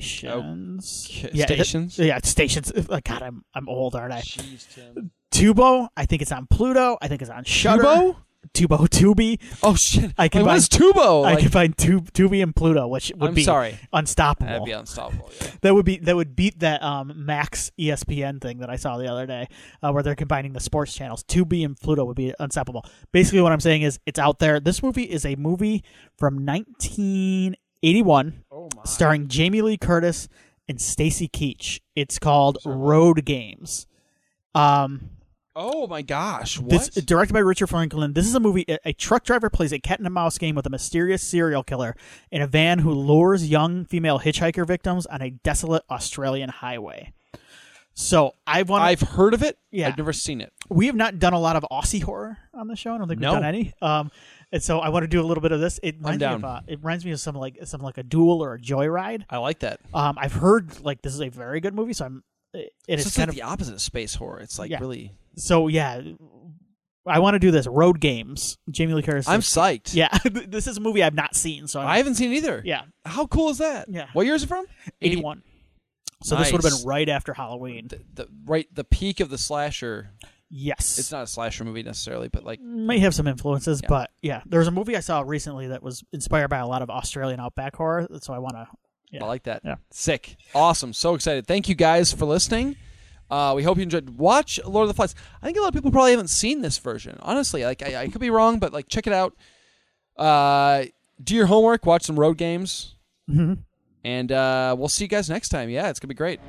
Speaker 1: stations.
Speaker 2: Okay,
Speaker 1: Yeah, it-
Speaker 2: stations?
Speaker 1: yeah, it's stations. Uh, God, I'm I'm old, aren't I?
Speaker 2: Jeez, Tim.
Speaker 1: Tubo. I think it's on Pluto. I think it's on Shudder.
Speaker 2: Tubo?
Speaker 1: Tubo Tubi.
Speaker 2: Oh shit!
Speaker 1: I can
Speaker 2: like,
Speaker 1: buy-
Speaker 2: what is Tubo?
Speaker 1: I
Speaker 2: Like,
Speaker 1: can find Tu- Tubi and Pluto, which would
Speaker 2: I'm
Speaker 1: be
Speaker 2: sorry.
Speaker 1: unstoppable.
Speaker 2: that'd be unstoppable. Yeah.
Speaker 1: That would be that would beat that um, Max ESPN thing that I saw the other day, uh, where they're combining the sports channels. Tubi and Pluto would be unstoppable. Basically, what I'm saying is it's out there. This movie is a movie from 1981,
Speaker 2: Oh my!
Speaker 1: starring Jamie Lee Curtis and Stacy Keach. It's called Road Games. Um,
Speaker 2: Oh my gosh! What?
Speaker 1: this uh, directed by Richard Franklin. This is a movie. A, a truck driver plays a cat and a mouse game with a mysterious serial killer in a van who lures young female hitchhiker victims on a desolate Australian highway. So I want.
Speaker 2: I've heard of it.
Speaker 1: Yeah.
Speaker 2: I've never seen it.
Speaker 1: We have not done a lot of Aussie horror on the show. I don't think
Speaker 2: No.
Speaker 1: we've done any. Um, and so I want to do a little bit of this. It reminds me
Speaker 2: down.
Speaker 1: of. Uh, it reminds me of some like some like a duel or a joyride.
Speaker 2: I like that.
Speaker 1: Um, I've heard like this is a very good movie. So I'm. It, it
Speaker 2: It's
Speaker 1: is
Speaker 2: just
Speaker 1: kind
Speaker 2: like
Speaker 1: of
Speaker 2: the opposite of space horror. It's like
Speaker 1: Yeah.
Speaker 2: really.
Speaker 1: so yeah. I want to do this. Road games. Jamie Lee Curtis.
Speaker 2: I'm psyched.
Speaker 1: Yeah, this is a movie I've not seen, so I'm,
Speaker 2: I haven't seen it either.
Speaker 1: yeah,
Speaker 2: How cool is that?
Speaker 1: Yeah.
Speaker 2: What year is it from?
Speaker 1: eighty one. So this would have
Speaker 2: Nice.
Speaker 1: been right after Halloween.
Speaker 2: The, the right the peak of the slasher.
Speaker 1: Yes,
Speaker 2: It's not a slasher movie necessarily, but like
Speaker 1: may have some influences, but yeah, there was a movie I saw recently that was inspired by a lot of Australian outback horror. So I want to. Yeah.
Speaker 2: I like that.
Speaker 1: Yeah.
Speaker 2: Sick. Awesome. So excited. Thank you guys for listening. Uh, we hope you enjoyed. Watch Lord of the Flies. I think a lot of people probably haven't seen this version. Honestly, like I, I could be wrong, but like check it out. Uh, do
Speaker 1: Mm-hmm.
Speaker 2: your homework. Watch some road games, and uh, we'll see you guys next time. Yeah, it's gonna be great.